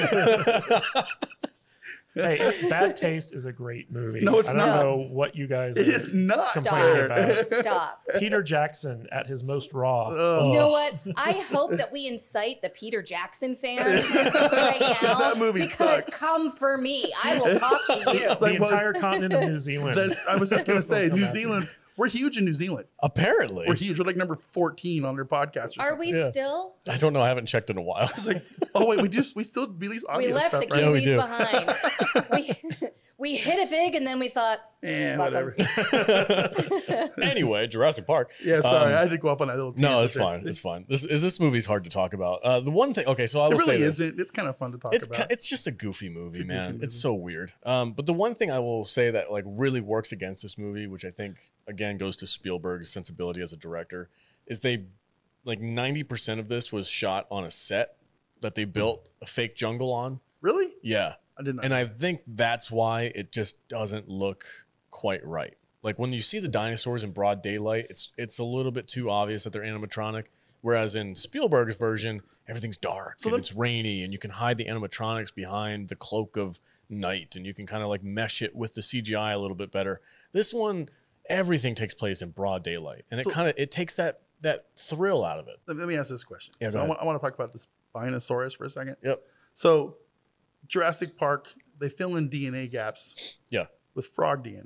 Speaker 3: hey, Bad Taste is a great movie.
Speaker 2: No, it's
Speaker 3: I don't
Speaker 4: not.
Speaker 3: know what you guys
Speaker 2: It
Speaker 3: are
Speaker 2: is not,
Speaker 3: complaining
Speaker 2: sir.
Speaker 3: about.
Speaker 4: Stop.
Speaker 3: Peter Jackson at his most raw.
Speaker 2: Ugh.
Speaker 4: You know what? I hope that we incite the Peter Jackson fans right now.
Speaker 2: That movie
Speaker 4: because
Speaker 2: sucks.
Speaker 4: come for me. I will talk to you.
Speaker 3: the
Speaker 2: Like, well,
Speaker 3: entire continent of New Zealand.
Speaker 2: That's, I was just gonna say,
Speaker 3: Welcome
Speaker 2: New
Speaker 3: back.
Speaker 2: Zealand's we're huge in New Zealand.
Speaker 1: apparently,
Speaker 2: We're huge. We're like number 14 on their podcast. or
Speaker 4: Are
Speaker 2: something.
Speaker 4: we
Speaker 1: Yeah.
Speaker 4: still?
Speaker 1: I don't know, I haven't checked in a while.
Speaker 2: Oh wait, we just we still release audio
Speaker 4: We left
Speaker 2: stuff,
Speaker 4: the
Speaker 1: Yeah,
Speaker 4: Kiwis
Speaker 1: we do.
Speaker 4: behind. we, we hit it big and then we thought,
Speaker 2: Yeah,
Speaker 4: Fuck 'em.
Speaker 2: whatever.
Speaker 1: anyway, Jurassic Park.
Speaker 2: Yeah, sorry,
Speaker 1: Um,
Speaker 2: I had to go up on that little.
Speaker 1: No,
Speaker 2: tangent
Speaker 1: it's
Speaker 2: there.
Speaker 1: fine. It's fine. This is this movie's hard to talk about. Uh, the one thing, okay, so I
Speaker 2: It
Speaker 1: will say
Speaker 2: really
Speaker 1: this.
Speaker 2: isn't. It's kind of fun to talk
Speaker 1: it's
Speaker 2: about.
Speaker 1: ki- it's just a goofy movie,
Speaker 2: goofy
Speaker 1: man.
Speaker 2: movie.
Speaker 1: It's so weird. Um, but the one thing I will say that like really works against this movie, which I think again goes to Spielberg's sensibility as a director, is they like 90% of this was shot on a set that
Speaker 2: Hmm.
Speaker 1: they built a fake jungle on.
Speaker 2: Really?
Speaker 1: Yeah.
Speaker 2: I didn't know.
Speaker 1: And I think that's why it just doesn't look quite right. Like when you see the dinosaurs in broad daylight, it's it's a little bit too obvious that they're animatronic. Whereas in Spielberg's version, everything's dark
Speaker 2: So
Speaker 1: and
Speaker 2: let-
Speaker 1: it's rainy, and you can hide the animatronics behind the cloak of night, and you can kind of like mesh it with the CGI a little bit better. This one, everything takes place in broad daylight, and
Speaker 2: So-
Speaker 1: it kind of it takes that that thrill out of it.
Speaker 2: let, let me ask this question.
Speaker 1: Yeah, go
Speaker 2: so I,
Speaker 1: ahead.
Speaker 2: want, I want to talk about this Spinosaurus for a second.
Speaker 1: Yep.
Speaker 2: So Jurassic Park, they fill in DNA gaps.
Speaker 1: Yeah.
Speaker 2: With frog DNA.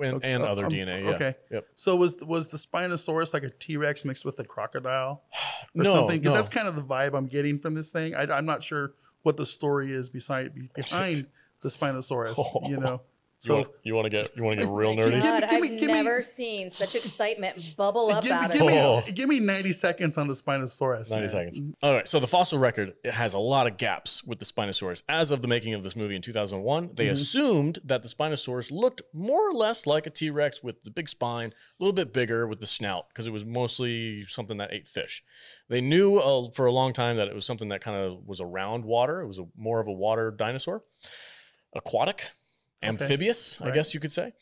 Speaker 1: And,
Speaker 2: Okay,
Speaker 1: and
Speaker 2: I'm-
Speaker 1: other
Speaker 2: I'm-
Speaker 1: DNA. Yeah.
Speaker 2: okay.
Speaker 1: Yep.
Speaker 2: So was was the Spinosaurus like a T Rex mixed with a crocodile or
Speaker 1: No,
Speaker 2: something? Because
Speaker 1: no.
Speaker 2: that's kind of the vibe I'm getting from this thing. I, I'm not sure what the story is beside be- behind the Spinosaurus. You know.
Speaker 1: So
Speaker 2: So
Speaker 1: you want to get you want to get real
Speaker 4: My
Speaker 1: nerdy?
Speaker 4: God,
Speaker 2: Give me- give me-
Speaker 4: I've
Speaker 2: give me-
Speaker 4: never seen such excitement bubble up
Speaker 2: give,
Speaker 4: out
Speaker 2: give
Speaker 4: of
Speaker 2: me
Speaker 4: me.
Speaker 1: Oh.
Speaker 2: give me 90 seconds on the Spinosaurus.
Speaker 1: 90
Speaker 2: man.
Speaker 1: seconds. All right. So the fossil record it has a lot of gaps with the Spinosaurus. As of the making of this movie in 2001, they assumed that the Spinosaurus looked more or less like a T Rex with the big spine, a little bit bigger with the snout, because it was mostly something that ate fish. They knew uh, for a long time that it was something that kind of was around water. It was a, more of a water dinosaur, aquatic, amphibious, I
Speaker 2: Right.
Speaker 1: guess you could say.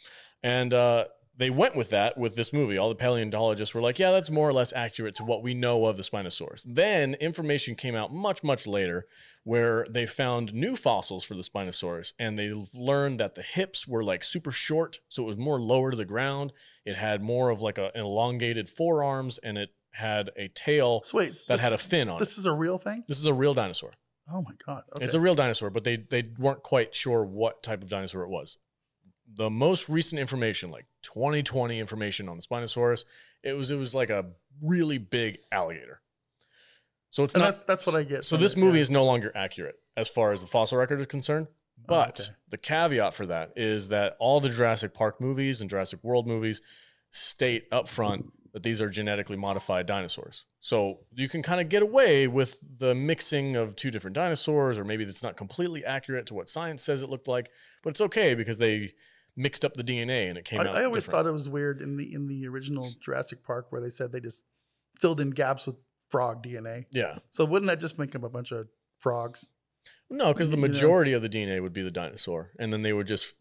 Speaker 1: And uh, they went with that with this movie. All the paleontologists were like, yeah, that's more or less accurate to what we know of the Spinosaurus. Then information came out much, much later where they found new fossils for the Spinosaurus and they learned that the hips were like super short. So it was more lower to the ground. It had more of like a, an elongated forearms and it had a tail
Speaker 2: So wait,
Speaker 1: that
Speaker 2: this,
Speaker 1: had a fin on
Speaker 2: this
Speaker 1: it.
Speaker 2: is a real thing?
Speaker 1: This is a real dinosaur.
Speaker 2: Oh my god. Okay.
Speaker 1: It's a real dinosaur, but they they weren't quite sure what type of dinosaur it was. The most recent information, like 2020 information on the Spinosaurus, it was it was like a really big alligator. So it's
Speaker 2: and
Speaker 1: not
Speaker 2: that's that's what I get.
Speaker 1: so
Speaker 2: from
Speaker 1: this
Speaker 2: it,
Speaker 1: movie
Speaker 2: yeah.
Speaker 1: is no longer accurate as far as the fossil record is concerned. But
Speaker 2: Oh, okay.
Speaker 1: the caveat for that is that all the Jurassic Park movies and Jurassic World movies state up front that these are genetically modified dinosaurs. So you can kind of get away with the mixing of two different dinosaurs, or maybe it's not completely accurate to what science says it looked like, but it's okay because they mixed up the DNA and it came
Speaker 2: I,
Speaker 1: out.
Speaker 2: I always
Speaker 1: different.
Speaker 2: thought it was weird in the in the original Jurassic Park where they said they just filled in gaps with frog DNA.
Speaker 1: yeah.
Speaker 2: So wouldn't that just make them a bunch of frogs?
Speaker 1: No, because the
Speaker 2: You know.
Speaker 1: majority of the DNA would be the dinosaur, and then they would just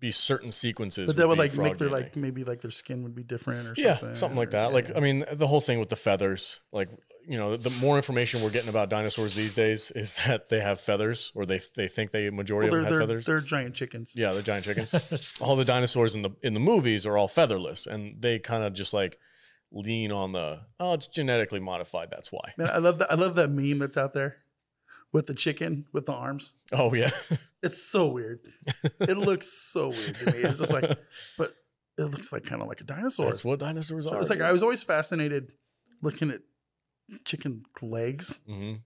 Speaker 1: be certain sequences.
Speaker 2: But that would
Speaker 1: be
Speaker 2: like make
Speaker 1: frog
Speaker 2: their
Speaker 1: DNA.
Speaker 2: like maybe like their skin would be different or
Speaker 1: yeah,
Speaker 2: something.
Speaker 1: something like
Speaker 2: or-
Speaker 1: that. Like
Speaker 2: yeah.
Speaker 1: I mean, the whole thing with the feathers. Like you know, the more information we're getting about dinosaurs these days is that they have feathers, or they they think they majority
Speaker 2: well, they're
Speaker 1: of them
Speaker 2: they're,
Speaker 1: have feathers.
Speaker 2: they're giant chickens.
Speaker 1: yeah, they're giant chickens. all the dinosaurs in the in the movies are all featherless, and they kind of just like lean on the oh, it's genetically modified. That's why.
Speaker 2: Man, I love that I love that meme that's out there with the chicken with the arms.
Speaker 1: Oh yeah,
Speaker 2: It's so weird. it looks so weird to me. It's just like but it looks like kind of like a dinosaur.
Speaker 1: that's what dinosaurs
Speaker 2: So
Speaker 1: are.
Speaker 2: it's like I was always fascinated looking at chicken legs
Speaker 1: Mhm.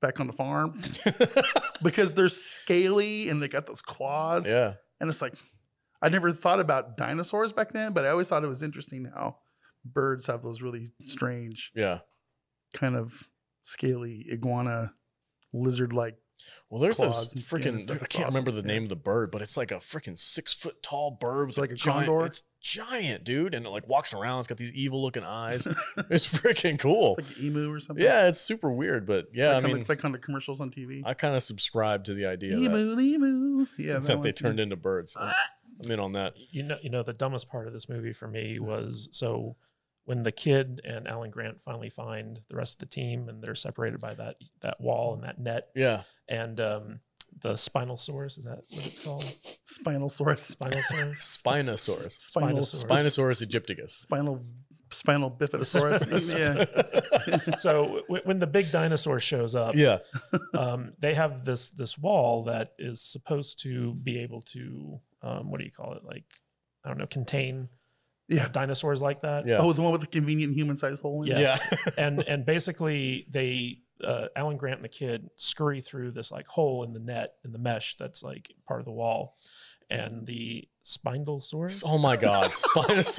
Speaker 2: back on the farm
Speaker 1: Mm-hmm.
Speaker 2: because they're scaly and they got those claws.
Speaker 1: Yeah.
Speaker 2: And it's like I never thought about dinosaurs back then, but I always thought it was interesting how birds have those really strange
Speaker 1: Yeah.
Speaker 2: kind of scaly iguana lizard like
Speaker 1: Well, there's
Speaker 2: claws
Speaker 1: this
Speaker 2: and skin and
Speaker 1: freaking,
Speaker 2: stuff.
Speaker 1: I
Speaker 2: It's
Speaker 1: can't remember the
Speaker 2: awesome.
Speaker 1: name of the bird, but it's like a freaking six foot tall bird. With
Speaker 2: It's like a
Speaker 1: giant,
Speaker 2: condor?
Speaker 1: It's giant, dude. And it like walks around. It's got these evil looking eyes. it's freaking cool.
Speaker 2: like an emu or something.
Speaker 1: Oh. yeah, it's super weird. But yeah,
Speaker 2: like
Speaker 1: I
Speaker 2: on
Speaker 1: mean,
Speaker 2: the, like on the commercials on TV.
Speaker 1: I kind of subscribe to the idea that,
Speaker 2: emu, emu. Yeah,
Speaker 1: that they turned into birds. I'm, I'm in on that.
Speaker 3: you know, you know, the dumbest part of this movie for me was so when the kid and Alan Grant finally find the rest of the team and they're separated by that that wall and that net
Speaker 1: Yeah.
Speaker 3: and um, the spinal source is that what it's called?
Speaker 2: spinal source.
Speaker 3: Spinal source.
Speaker 1: Spinosaurus.
Speaker 2: Spinal
Speaker 3: Spinosaurus.
Speaker 1: Spinosaurus aegypticus.
Speaker 2: spinal spinal bifidus. yeah.
Speaker 3: so w- when the big dinosaur shows up,
Speaker 1: yeah.
Speaker 3: um, they have this this wall that is supposed to be able to um, what do you call it? Like I don't know, contain
Speaker 2: Yeah.
Speaker 3: dinosaurs like that.
Speaker 1: Yeah.
Speaker 2: Oh, the one with the convenient human sized hole in it?
Speaker 3: Yeah.
Speaker 1: yeah.
Speaker 3: and and basically they uh, Alan Grant and the kid scurry through this like hole in the net in the mesh that's like part of the wall, and the spindlesaurus,
Speaker 1: oh my God. Spinosaurus.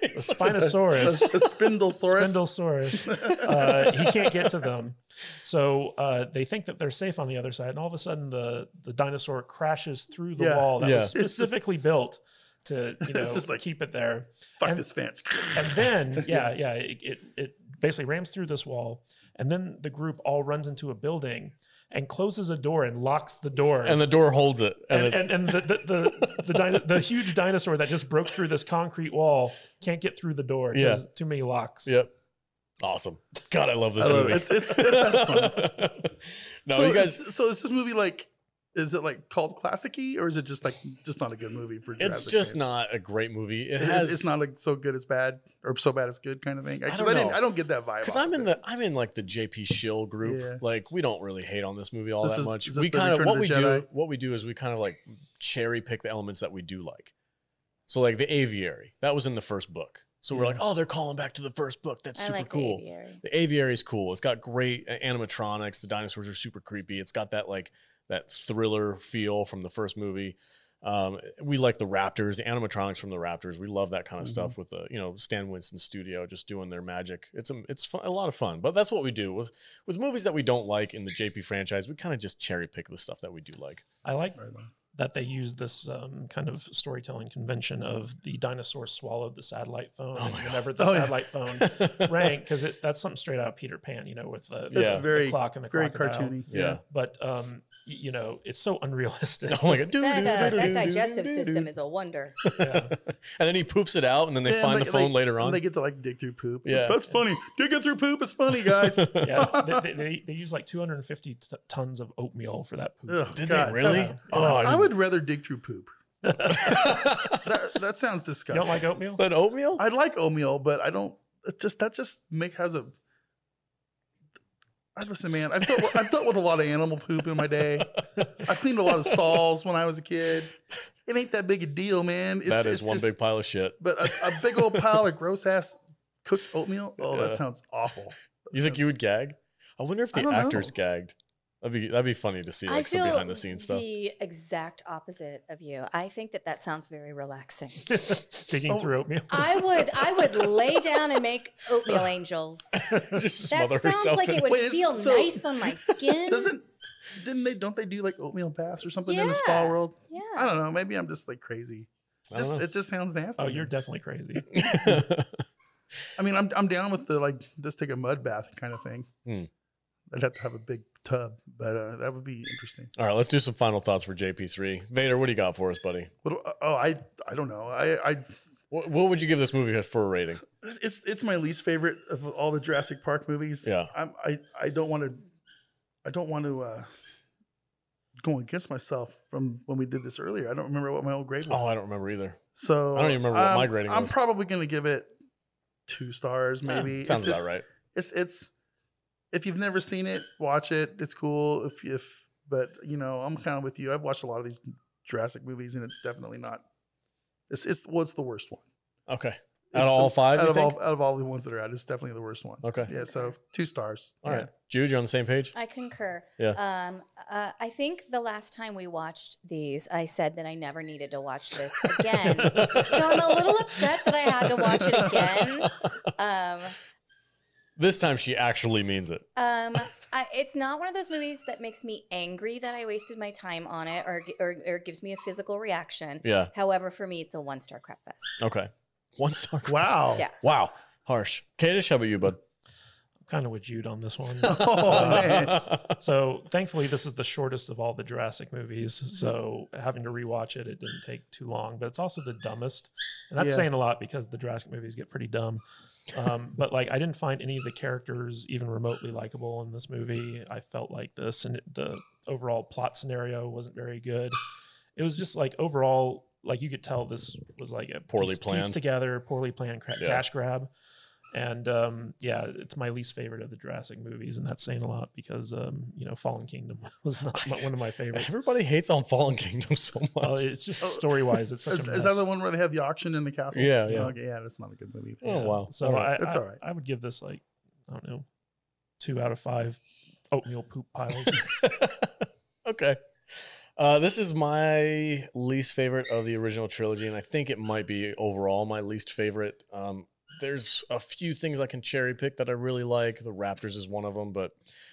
Speaker 3: the spinosaurus,
Speaker 2: A spindlesaurus.
Speaker 3: spindlesaurus, uh, he can't get to them, so uh, they think that they're safe on the other side, and all of a sudden the the dinosaur crashes through the
Speaker 2: Yeah.
Speaker 3: wall that
Speaker 1: Yeah.
Speaker 3: was
Speaker 2: It's just-
Speaker 3: specifically built to you know
Speaker 2: It's just like-
Speaker 3: keep it there.
Speaker 2: Fuck
Speaker 3: And-
Speaker 2: this fence.
Speaker 3: And then yeah, yeah, it, it it basically rams through this wall, and then the group all runs into a building and closes a door and locks the door.
Speaker 1: And the door holds it. And,
Speaker 3: and,
Speaker 1: it-
Speaker 3: and, and the the the, the, dino- the huge dinosaur that just broke through this concrete wall can't get through the door because too many locks.
Speaker 1: yep. Awesome. God, I love this
Speaker 2: I love
Speaker 1: movie.
Speaker 2: it. It's, it's, that's fun.
Speaker 1: no,
Speaker 2: so
Speaker 1: you guys.
Speaker 2: is- so is this movie like? Is it like called classicy, or is it just like just not a good movie for?
Speaker 1: It's
Speaker 2: Jurassic
Speaker 1: just
Speaker 2: fans?
Speaker 1: not a great movie. It,
Speaker 2: It is-
Speaker 1: has.
Speaker 2: it's not like so good as bad or so bad as good kind of thing.
Speaker 1: I
Speaker 2: Because I,
Speaker 1: don't
Speaker 2: didn't.
Speaker 1: know.
Speaker 2: I don't get that vibe.
Speaker 1: because
Speaker 2: off
Speaker 1: I'm
Speaker 2: of
Speaker 1: in
Speaker 2: it.
Speaker 1: the I'm in like the JP Shill group.
Speaker 2: Yeah.
Speaker 1: Like we don't really hate on this movie all
Speaker 2: This
Speaker 1: that
Speaker 2: is-
Speaker 1: much.
Speaker 2: is this
Speaker 1: We
Speaker 2: the
Speaker 1: kind of
Speaker 2: Return of
Speaker 1: what
Speaker 2: the
Speaker 1: we do
Speaker 2: Jedi?
Speaker 1: what we do is we kind of like cherry pick the elements that we do like. So like the aviary that was in the first book. So we're like, oh, they're calling back to the first book. That's
Speaker 4: I
Speaker 1: super
Speaker 4: like
Speaker 1: cool.
Speaker 4: the aviary.
Speaker 1: The aviary is cool. It's got great uh, animatronics. The dinosaurs are super creepy. It's got that like that thriller feel from the first movie. Um, we like the Raptors, the animatronics from the Raptors. We love that kind of
Speaker 2: Mm-hmm.
Speaker 1: stuff with the you know Stan Winston studio just doing their magic. It's a it's fun, a lot of fun. But that's what we do with with movies that we don't like in the JP franchise. We kind of just cherry pick the stuff that we do like.
Speaker 3: I like
Speaker 2: Right on.
Speaker 3: that they use this um, kind of storytelling convention of the dinosaur swallowed the satellite phone.
Speaker 1: Oh
Speaker 3: and
Speaker 1: my God.
Speaker 3: whenever the
Speaker 2: Oh, yeah.
Speaker 3: satellite phone rang, because that's something straight out of Peter Pan, you know, with the,
Speaker 1: It's
Speaker 3: the
Speaker 2: very-
Speaker 3: clock and the
Speaker 2: Very
Speaker 3: crocodile.
Speaker 2: cartoony.
Speaker 1: Yeah.
Speaker 3: But um, y- you know, it's so unrealistic.
Speaker 1: Oh my god.
Speaker 4: That, uh, that digestive system is a wonder.
Speaker 3: Yeah.
Speaker 1: And then he poops it out, and then they
Speaker 2: Yeah,
Speaker 1: find
Speaker 2: like-
Speaker 1: the phone
Speaker 2: like-
Speaker 1: later on.
Speaker 2: And they get to like dig through poop.
Speaker 1: Yeah.
Speaker 2: That's funny. Digging through poop is funny, guys. Ugh,
Speaker 3: yeah, they- they, they, they use like 250 t- tons of oatmeal for that poop.
Speaker 1: Did
Speaker 2: God.
Speaker 1: they really?
Speaker 3: Yeah.
Speaker 1: Oh,
Speaker 2: I
Speaker 1: didn't-
Speaker 2: would rather dig through poop. That, that sounds
Speaker 3: You
Speaker 2: disgusting.
Speaker 3: don't like oatmeal?
Speaker 1: But oatmeal?
Speaker 2: I like oatmeal, but I don't. It just that just make has a. I listen, man. I've dealt, with, I've dealt with a lot of animal poop in my day. I cleaned a lot of stalls when I was a kid. It ain't that big a deal, man. It's,
Speaker 1: that
Speaker 2: it's
Speaker 1: is one
Speaker 2: just-
Speaker 1: big pile of shit.
Speaker 2: But a, a big old pile of gross ass cooked oatmeal. Oh,
Speaker 1: Yeah.
Speaker 2: that sounds awful.
Speaker 1: You think you would gag? I wonder if
Speaker 2: I
Speaker 1: the
Speaker 2: don't
Speaker 1: actors
Speaker 2: know.
Speaker 1: gagged. That'd be that'd be funny to see
Speaker 4: I
Speaker 1: like some
Speaker 4: feel
Speaker 1: behind the scenes stuff.
Speaker 4: the exact opposite of you. I think that that sounds very relaxing.
Speaker 3: Digging
Speaker 2: Oh.
Speaker 3: through oatmeal.
Speaker 4: I would I would lay down and make oatmeal angels.
Speaker 1: Just
Speaker 4: That
Speaker 1: smother
Speaker 4: sounds
Speaker 1: herself.
Speaker 4: like
Speaker 1: in
Speaker 4: it would
Speaker 2: Wait, is-
Speaker 4: feel
Speaker 2: so-
Speaker 4: nice on my skin.
Speaker 2: Doesn't didn't they? Don't they do like oatmeal baths or something in the spa
Speaker 4: Yeah.
Speaker 2: world?
Speaker 4: yeah.
Speaker 2: I don't know. Maybe I'm just like crazy.
Speaker 1: I
Speaker 2: Just
Speaker 1: don't
Speaker 2: it just sounds nasty.
Speaker 3: Oh, you're definitely crazy.
Speaker 1: know.
Speaker 2: I mean, I'm I'm down with the like just take a mud bath kind of thing.
Speaker 1: Hmm.
Speaker 2: I'd have to have a big tub, but uh, that would be interesting.
Speaker 1: All right, let's do some final thoughts for JP3. Vader, what do you got for us, buddy?
Speaker 2: But uh, oh, I I don't know. I I
Speaker 1: What, what would you give this movie for a rating?
Speaker 2: it's it's my least favorite of all the Jurassic Park movies.
Speaker 1: Yeah.
Speaker 2: I'm, I I don't want to I don't want to uh, go against myself from when we did this earlier. I don't remember what my old grade was.
Speaker 1: Oh, I don't remember either.
Speaker 2: So
Speaker 1: I don't even remember what my
Speaker 2: um,
Speaker 1: grading
Speaker 2: I'm
Speaker 1: was.
Speaker 2: probably gonna give it two stars, maybe.
Speaker 1: Eh,
Speaker 2: It's
Speaker 1: sounds
Speaker 2: just-
Speaker 1: about right.
Speaker 2: It's it's if you've never seen it, watch it. It's cool. If if but you know, I'm kind of with you. I've watched a lot of these Jurassic movies, and it's definitely not. It's it's well, it's the worst one.
Speaker 1: Okay,
Speaker 2: It's
Speaker 1: Out of all
Speaker 2: the-
Speaker 1: five,
Speaker 2: out
Speaker 1: you
Speaker 2: of
Speaker 1: think?
Speaker 2: all out of all the ones that are out, it's definitely the worst one.
Speaker 1: okay,
Speaker 2: Yeah, so two stars.
Speaker 1: all
Speaker 2: yeah.
Speaker 1: right. Jude, you're on the same page.
Speaker 4: I concur.
Speaker 1: Yeah.
Speaker 4: Um, uh, I think the last time we watched these, I said that I never needed to watch this again. so I'm a little upset that I had to watch it again. Um,
Speaker 1: This time she actually means it.
Speaker 4: um, I, it's not one of those movies that makes me angry that I wasted my time on it or, or, or gives me a physical reaction.
Speaker 1: Yeah.
Speaker 4: However, for me, it's a one star crap fest.
Speaker 1: Okay. One star.
Speaker 2: Wow.
Speaker 4: Yeah.
Speaker 1: Wow. Harsh. Kadish, how about you, bud?
Speaker 3: kind of with Jude on this one.
Speaker 2: Oh man.
Speaker 3: so thankfully, this is the shortest of all the Jurassic movies. So having to rewatch it, it didn't take too long. But it's also the dumbest, and that's
Speaker 2: Yeah.
Speaker 3: saying a lot because the Jurassic movies get pretty dumb. Um, but like, I didn't find any of the characters even remotely likable in this movie. I felt like this, and it, the overall plot scenario wasn't very good. It was just like overall, like you could tell this was like a
Speaker 1: Poorly
Speaker 3: piece-
Speaker 1: planned.
Speaker 3: pieced together, poorly planned cra-
Speaker 1: Yeah.
Speaker 3: cash grab. And um, yeah, it's my least favorite of the Jurassic movies, and that's saying a lot because um, you know Fallen Kingdom was not my- one of my favorites.
Speaker 1: Everybody hates on Fallen Kingdom so much.
Speaker 3: Oh, it's just story wise, it's
Speaker 2: Is,
Speaker 3: such a mess.
Speaker 2: is that the one where they have the auction in the castle?
Speaker 1: Yeah, yeah.
Speaker 2: Okay, yeah, that's not a good movie.
Speaker 1: Oh, wow.
Speaker 3: So
Speaker 1: All right.
Speaker 3: I,
Speaker 2: That's
Speaker 3: I,
Speaker 2: all right.
Speaker 3: I would give this like I don't know, two out of five oatmeal poop piles.
Speaker 1: okay. Uh, this is my least favorite of the original trilogy, and I think it might be overall my least favorite. Um, there's a few things I can cherry pick that I really like. The Raptors is one of them, but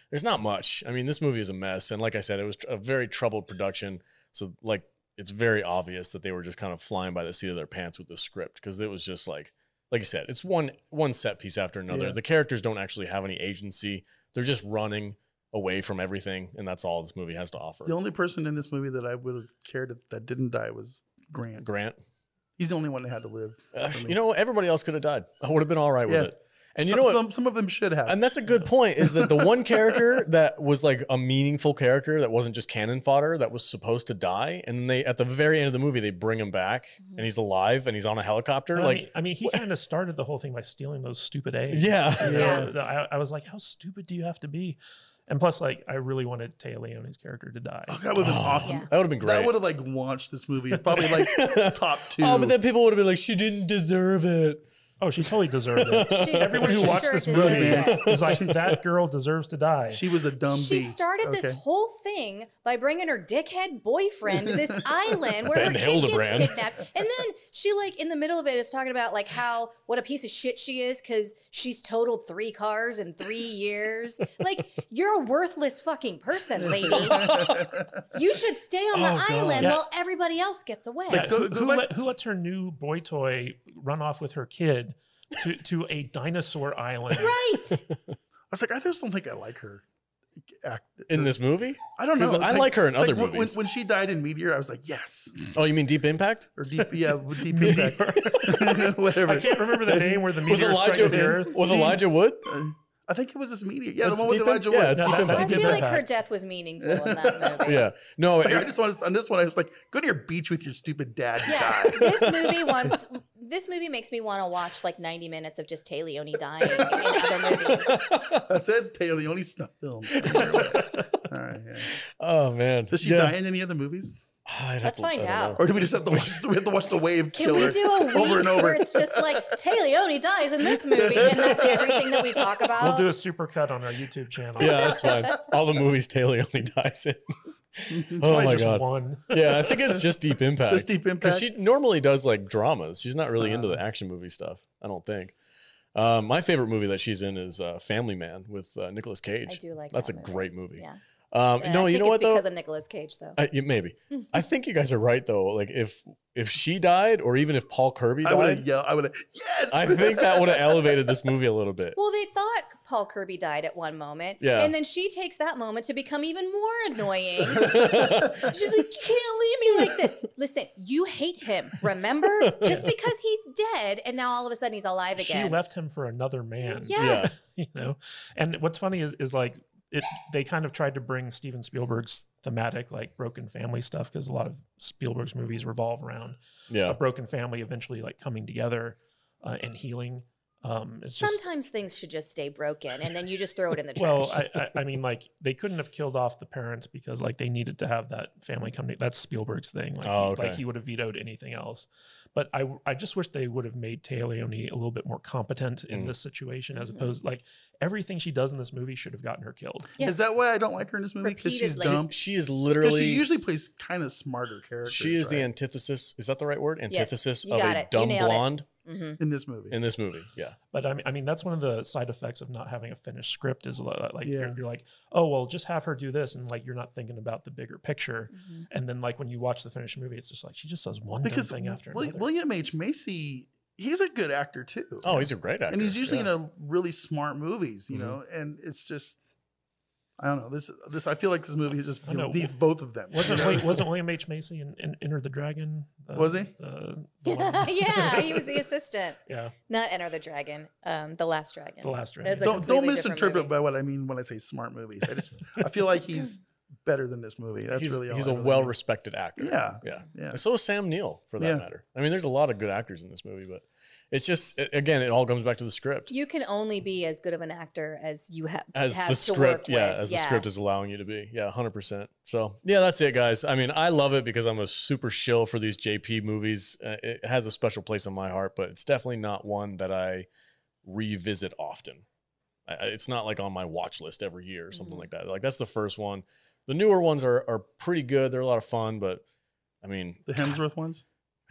Speaker 1: there's not much. I mean, this movie is a mess, and like I said, it was tr- a very troubled production. So, like it's very obvious that they were just kind of flying by the seat of their pants with the script because it was just like like you said it's one one set piece after another
Speaker 2: Yeah.
Speaker 1: the characters don't actually have any agency they're just running away from everything and that's all this movie has to offer
Speaker 2: The only person in this movie that I would have cared if that didn't die was Grant.
Speaker 1: grant
Speaker 2: He's the only one that had to live.
Speaker 1: uh,
Speaker 2: I mean-
Speaker 1: you know everybody else could have died i would have been all right
Speaker 2: Yeah.
Speaker 1: with it and you
Speaker 2: some,
Speaker 1: know what
Speaker 2: Some, some of them should have.
Speaker 1: and that's a good point is that the one character that was like a meaningful character that wasn't just cannon fodder that was supposed to die and then they at the very end of the movie they bring him back and he's alive and he's on a helicopter
Speaker 3: I
Speaker 1: like
Speaker 3: mean, I mean, he kind of started the whole thing by stealing those stupid eggs.
Speaker 1: yeah
Speaker 3: You
Speaker 4: Yeah.
Speaker 3: know, the- I, I was like, how stupid do you have to be? And plus, like, I really wanted Taya Leone's character to die.
Speaker 2: oh, that would have been
Speaker 1: Oh,
Speaker 2: awesome.
Speaker 4: Yeah.
Speaker 1: that would have been great
Speaker 2: That would have like launched this movie. Probably like top two.
Speaker 1: Oh, but then people would have been like, she didn't deserve it.
Speaker 3: Oh, she totally deserved it.
Speaker 4: She
Speaker 3: Everyone who
Speaker 4: for
Speaker 3: watched
Speaker 4: sure
Speaker 3: this
Speaker 4: deserved
Speaker 3: movie
Speaker 4: it.
Speaker 3: is like, that girl deserves to die.
Speaker 2: she was a dumb.
Speaker 4: She
Speaker 2: bee.
Speaker 4: started
Speaker 2: Okay.
Speaker 4: this whole thing by bringing her dickhead boyfriend to this island where her
Speaker 1: Ben
Speaker 4: kid
Speaker 1: Hildebrand.
Speaker 4: gets kidnapped, and then she like in the middle of it is talking about like how what a piece of shit she is because she's totaled three cars in three years. Like you're a worthless fucking person, lady. You should stay on
Speaker 1: Oh,
Speaker 4: the
Speaker 1: God.
Speaker 4: island
Speaker 3: Yeah.
Speaker 4: while everybody else gets away.
Speaker 3: Yeah,
Speaker 2: go-
Speaker 3: who,
Speaker 2: go
Speaker 3: who
Speaker 2: back-
Speaker 3: let, who lets her new boy toy run off with her kid to, to a dinosaur island?
Speaker 4: right.
Speaker 2: I was like, I just don't think I like her. Act
Speaker 1: In this movie?
Speaker 2: I don't know.
Speaker 1: 'Cause
Speaker 2: It's
Speaker 1: I like her in
Speaker 2: it's
Speaker 1: other
Speaker 2: when- when-
Speaker 1: movies.
Speaker 2: When, she died in Meteor, I was like, yes.
Speaker 1: Oh, you mean Deep Impact?
Speaker 2: Or deep, yeah, with deep impact, whatever.
Speaker 3: I can't remember the name where the
Speaker 1: With
Speaker 3: meteor strikes
Speaker 1: Elijah,
Speaker 3: the earth.
Speaker 1: with Elijah Wood?
Speaker 2: I think it was this Meteor. Yeah,
Speaker 1: That's
Speaker 2: the one with
Speaker 1: Deep
Speaker 2: Elijah
Speaker 1: Impact? Yeah,
Speaker 2: Wood.
Speaker 1: it's Deep
Speaker 3: No, that-
Speaker 4: I
Speaker 1: Impact.
Speaker 3: that's
Speaker 4: feel like her
Speaker 3: impact.
Speaker 4: death was meaningful in that movie.
Speaker 1: Yeah. No,
Speaker 2: It's like, I
Speaker 1: it-
Speaker 2: just want on this one. I was like, go to your beach with your stupid dad. and
Speaker 4: Yeah,
Speaker 2: die.
Speaker 4: this movie wants. This movie makes me want to watch like 90 minutes of just Tay Leone dying in other movies.
Speaker 2: That's it. Taylor, the only snuff film. All right. Yeah.
Speaker 1: oh, man.
Speaker 2: Does she
Speaker 1: Yeah.
Speaker 2: die in any other movies,
Speaker 1: I'd have
Speaker 4: Let's
Speaker 1: to-
Speaker 4: find
Speaker 1: I don't
Speaker 4: out.
Speaker 1: know.
Speaker 2: or do we just have to watch, do we have to watch the wave
Speaker 4: Can
Speaker 2: killer
Speaker 4: we do a week
Speaker 2: over and over?
Speaker 4: where it's just like Tay Leone dies in this movie, and that's everything that we talk about?
Speaker 3: We'll do a supercut on our YouTube channel.
Speaker 1: Yeah, that's fine. All the movies Taylor only dies in.
Speaker 3: It's
Speaker 1: oh
Speaker 3: probably
Speaker 1: my
Speaker 3: just
Speaker 1: god.
Speaker 3: one.
Speaker 1: Yeah, I think it's just Deep Impact. Uh-huh.
Speaker 2: Just Deep
Speaker 1: Because
Speaker 2: Impact.
Speaker 1: she normally does like dramas. She's not really into the action movie stuff. I don't think. Um, my favorite movie that she's in is uh, Family Man with uh, Nicolas Cage.
Speaker 4: I do like
Speaker 1: That's
Speaker 4: that
Speaker 1: a
Speaker 4: movie.
Speaker 1: great movie.
Speaker 4: Yeah.
Speaker 1: Um,
Speaker 4: And
Speaker 1: no,
Speaker 4: I
Speaker 1: you know
Speaker 4: think it's
Speaker 1: what though?
Speaker 4: Because of Mm-hmm. Nicolas Cage, though.
Speaker 1: I, yeah, maybe. I think you guys are right though. Like if if she died, or even if Paul Kirby
Speaker 2: I would
Speaker 1: died,
Speaker 2: have yelled. I would have. Yes.
Speaker 1: I think that would have elevated this movie a little bit.
Speaker 4: well, they thought Paul Kirby died at one moment,
Speaker 1: Yeah.
Speaker 4: and then she takes that moment to become even more annoying. She's like, "You can't leave me like this." Listen, you hate him. Remember, just because he's dead, and now all of a sudden he's alive
Speaker 3: She
Speaker 4: again.
Speaker 3: left him for another man.
Speaker 4: Yeah.
Speaker 1: yeah.
Speaker 3: you know and what's funny is is like it they kind of tried to bring steven spielberg's thematic like broken family stuff because a lot of spielberg's movies revolve around a
Speaker 1: Yeah.
Speaker 3: broken family eventually like coming together uh, and healing um it's just
Speaker 4: Sometimes things should just stay broken, and then you just throw it in the trash.
Speaker 3: well I, I i mean like they couldn't have killed off the parents because like they needed to have that family come to- that's spielberg's thing like,
Speaker 1: Oh,
Speaker 3: he, like
Speaker 1: okay.
Speaker 3: he would have vetoed anything else but i i just wish they would have made Taya Leone a little bit more competent in
Speaker 1: Mm.
Speaker 3: this situation as
Speaker 4: Mhm.
Speaker 3: opposed like everything she does in this movie should have gotten her killed
Speaker 2: Is that why I don't like her in this movie? Because she's
Speaker 4: Repeatedly.
Speaker 2: dumb.
Speaker 1: She is
Speaker 2: Because
Speaker 1: literally.
Speaker 2: she usually plays kind of smarter characters.
Speaker 1: she is the
Speaker 2: right,
Speaker 1: antithesis. Is that the right word? Antithesis
Speaker 4: you
Speaker 1: of
Speaker 4: got
Speaker 1: a
Speaker 4: it. You
Speaker 1: dumb
Speaker 4: nailed it.
Speaker 1: blonde
Speaker 4: Mm-hmm.
Speaker 2: in this movie.
Speaker 1: in this movie. Yeah.
Speaker 3: But I mean, I mean, that's one of the side effects of not having a finished script is li- like
Speaker 2: Yeah.
Speaker 3: you're, you're like, oh well, just have her do this, and like you're not thinking about the bigger picture.
Speaker 1: Mm-hmm.
Speaker 3: And then like when you watch the finished movie, it's just like she just does one dumb
Speaker 2: because
Speaker 3: thing after
Speaker 2: Wil-
Speaker 3: another.
Speaker 2: William H Macy, he's a good actor too.
Speaker 1: Oh, he's a great actor.
Speaker 2: and he's usually
Speaker 1: yeah.
Speaker 2: in a really smart movies, you
Speaker 1: Mhm.
Speaker 2: know. And it's just, I don't know. This this I feel like this movie is just
Speaker 3: I know.
Speaker 2: leave both of them.
Speaker 3: wasn't
Speaker 2: you know?
Speaker 3: Wi- wasn't William H Macy in, in Enter the Dragon? Uh,
Speaker 2: Was he?
Speaker 3: Uh, the one-
Speaker 4: yeah, he was the assistant.
Speaker 3: yeah,
Speaker 4: Not Enter the Dragon, um, the Last Dragon.
Speaker 3: the last
Speaker 4: That's
Speaker 3: dragon.
Speaker 4: a
Speaker 2: don't don't
Speaker 4: completely different
Speaker 2: misinterpret
Speaker 4: movie.
Speaker 2: by what I mean when I say smart movies. I just I feel like he's better than this movie. That's
Speaker 1: he's,
Speaker 2: really all
Speaker 1: he's
Speaker 2: I
Speaker 1: a
Speaker 2: really mean.
Speaker 1: well-respected actor.
Speaker 2: Yeah.
Speaker 1: Yeah.
Speaker 2: Yeah.
Speaker 1: And so is Sam Neill, for that
Speaker 2: Yeah.
Speaker 1: matter. I mean, there's a lot of good actors in this movie, but it's just a- again, it all comes back to the script.
Speaker 4: You can only be as good of an actor as you have
Speaker 1: as
Speaker 4: have
Speaker 1: the
Speaker 4: to work
Speaker 1: script, yeah,
Speaker 4: with.
Speaker 1: as the script is allowing you to be, yeah, hundred percent. So yeah, that's it, guys. I mean, I love it because I'm a super shill for these JP movies. Uh, it has a special place in my heart, but it's definitely not one that I revisit often. I, I- it's not like on my watch list every year or something
Speaker 4: Mhm.
Speaker 1: like that. Like that's the first one. The newer ones are are pretty good. They're a lot of fun, but I mean,
Speaker 2: the Hemsworth ones.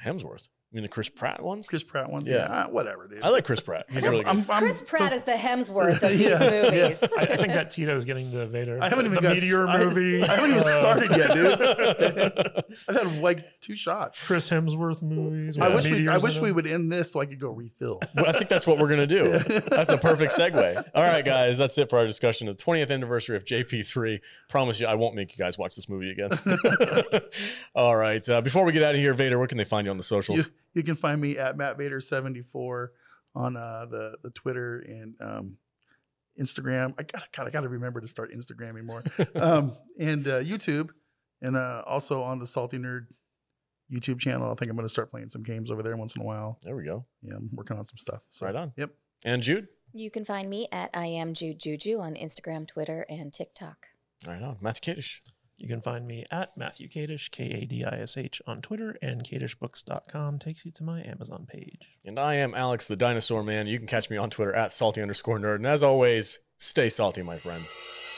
Speaker 1: Hemsworth. You mean the Chris Pratt ones?
Speaker 2: Chris Pratt ones.
Speaker 1: Yeah.
Speaker 2: Yeah, uh, whatever, dude.
Speaker 1: I like Chris Pratt. He's really good.
Speaker 2: I'm- I'm-
Speaker 4: Chris Pratt is the Hemsworth of these
Speaker 2: Yeah, yeah.
Speaker 4: movies.
Speaker 3: I, I think that Tito's getting to Vader.
Speaker 2: I haven't
Speaker 3: the,
Speaker 2: even
Speaker 3: the
Speaker 2: got-
Speaker 3: meteor
Speaker 2: I-
Speaker 3: movie.
Speaker 2: I haven't even
Speaker 3: uh,
Speaker 2: started yet, dude. I've had like two shots.
Speaker 3: Chris Hemsworth movies.
Speaker 2: I wish
Speaker 3: with
Speaker 2: we, I
Speaker 3: meteors in
Speaker 2: wish we
Speaker 3: them.
Speaker 2: would end this so I could go refill.
Speaker 1: Well, I think that's what we're going to do. That's a perfect segue. All right, guys, that's it for our discussion of the 20th anniversary of JP3. Promise you, I won't make you guys watch this movie again. All right. Uh, before we get out of here, Vader, where can they find you on the
Speaker 2: you,
Speaker 1: socials?
Speaker 2: you can find me at Matt Vader 74 on uh, the the Twitter and um, Instagram. I got God, I got to remember to start Instagramming more. um, and uh, YouTube, and uh, also on the Salty Nerd YouTube channel. I think I'm going to start playing some games over there once in a while.
Speaker 1: There we go.
Speaker 2: Yeah, I'm working on some stuff. So
Speaker 1: Right on.
Speaker 2: Yep.
Speaker 1: And Jude?
Speaker 4: You can find me at I am Jude Juju on Instagram, Twitter, and TikTok.
Speaker 1: Right on. Matthew Kadish.
Speaker 3: You can find me at Matthew Kadish, K A D I S H, on Twitter, and KadishBooks.com takes you to my Amazon page.
Speaker 1: And I am Alex the Dinosaur Man. You can catch me on Twitter at salty underscore nerd. And as always, stay salty, my friends.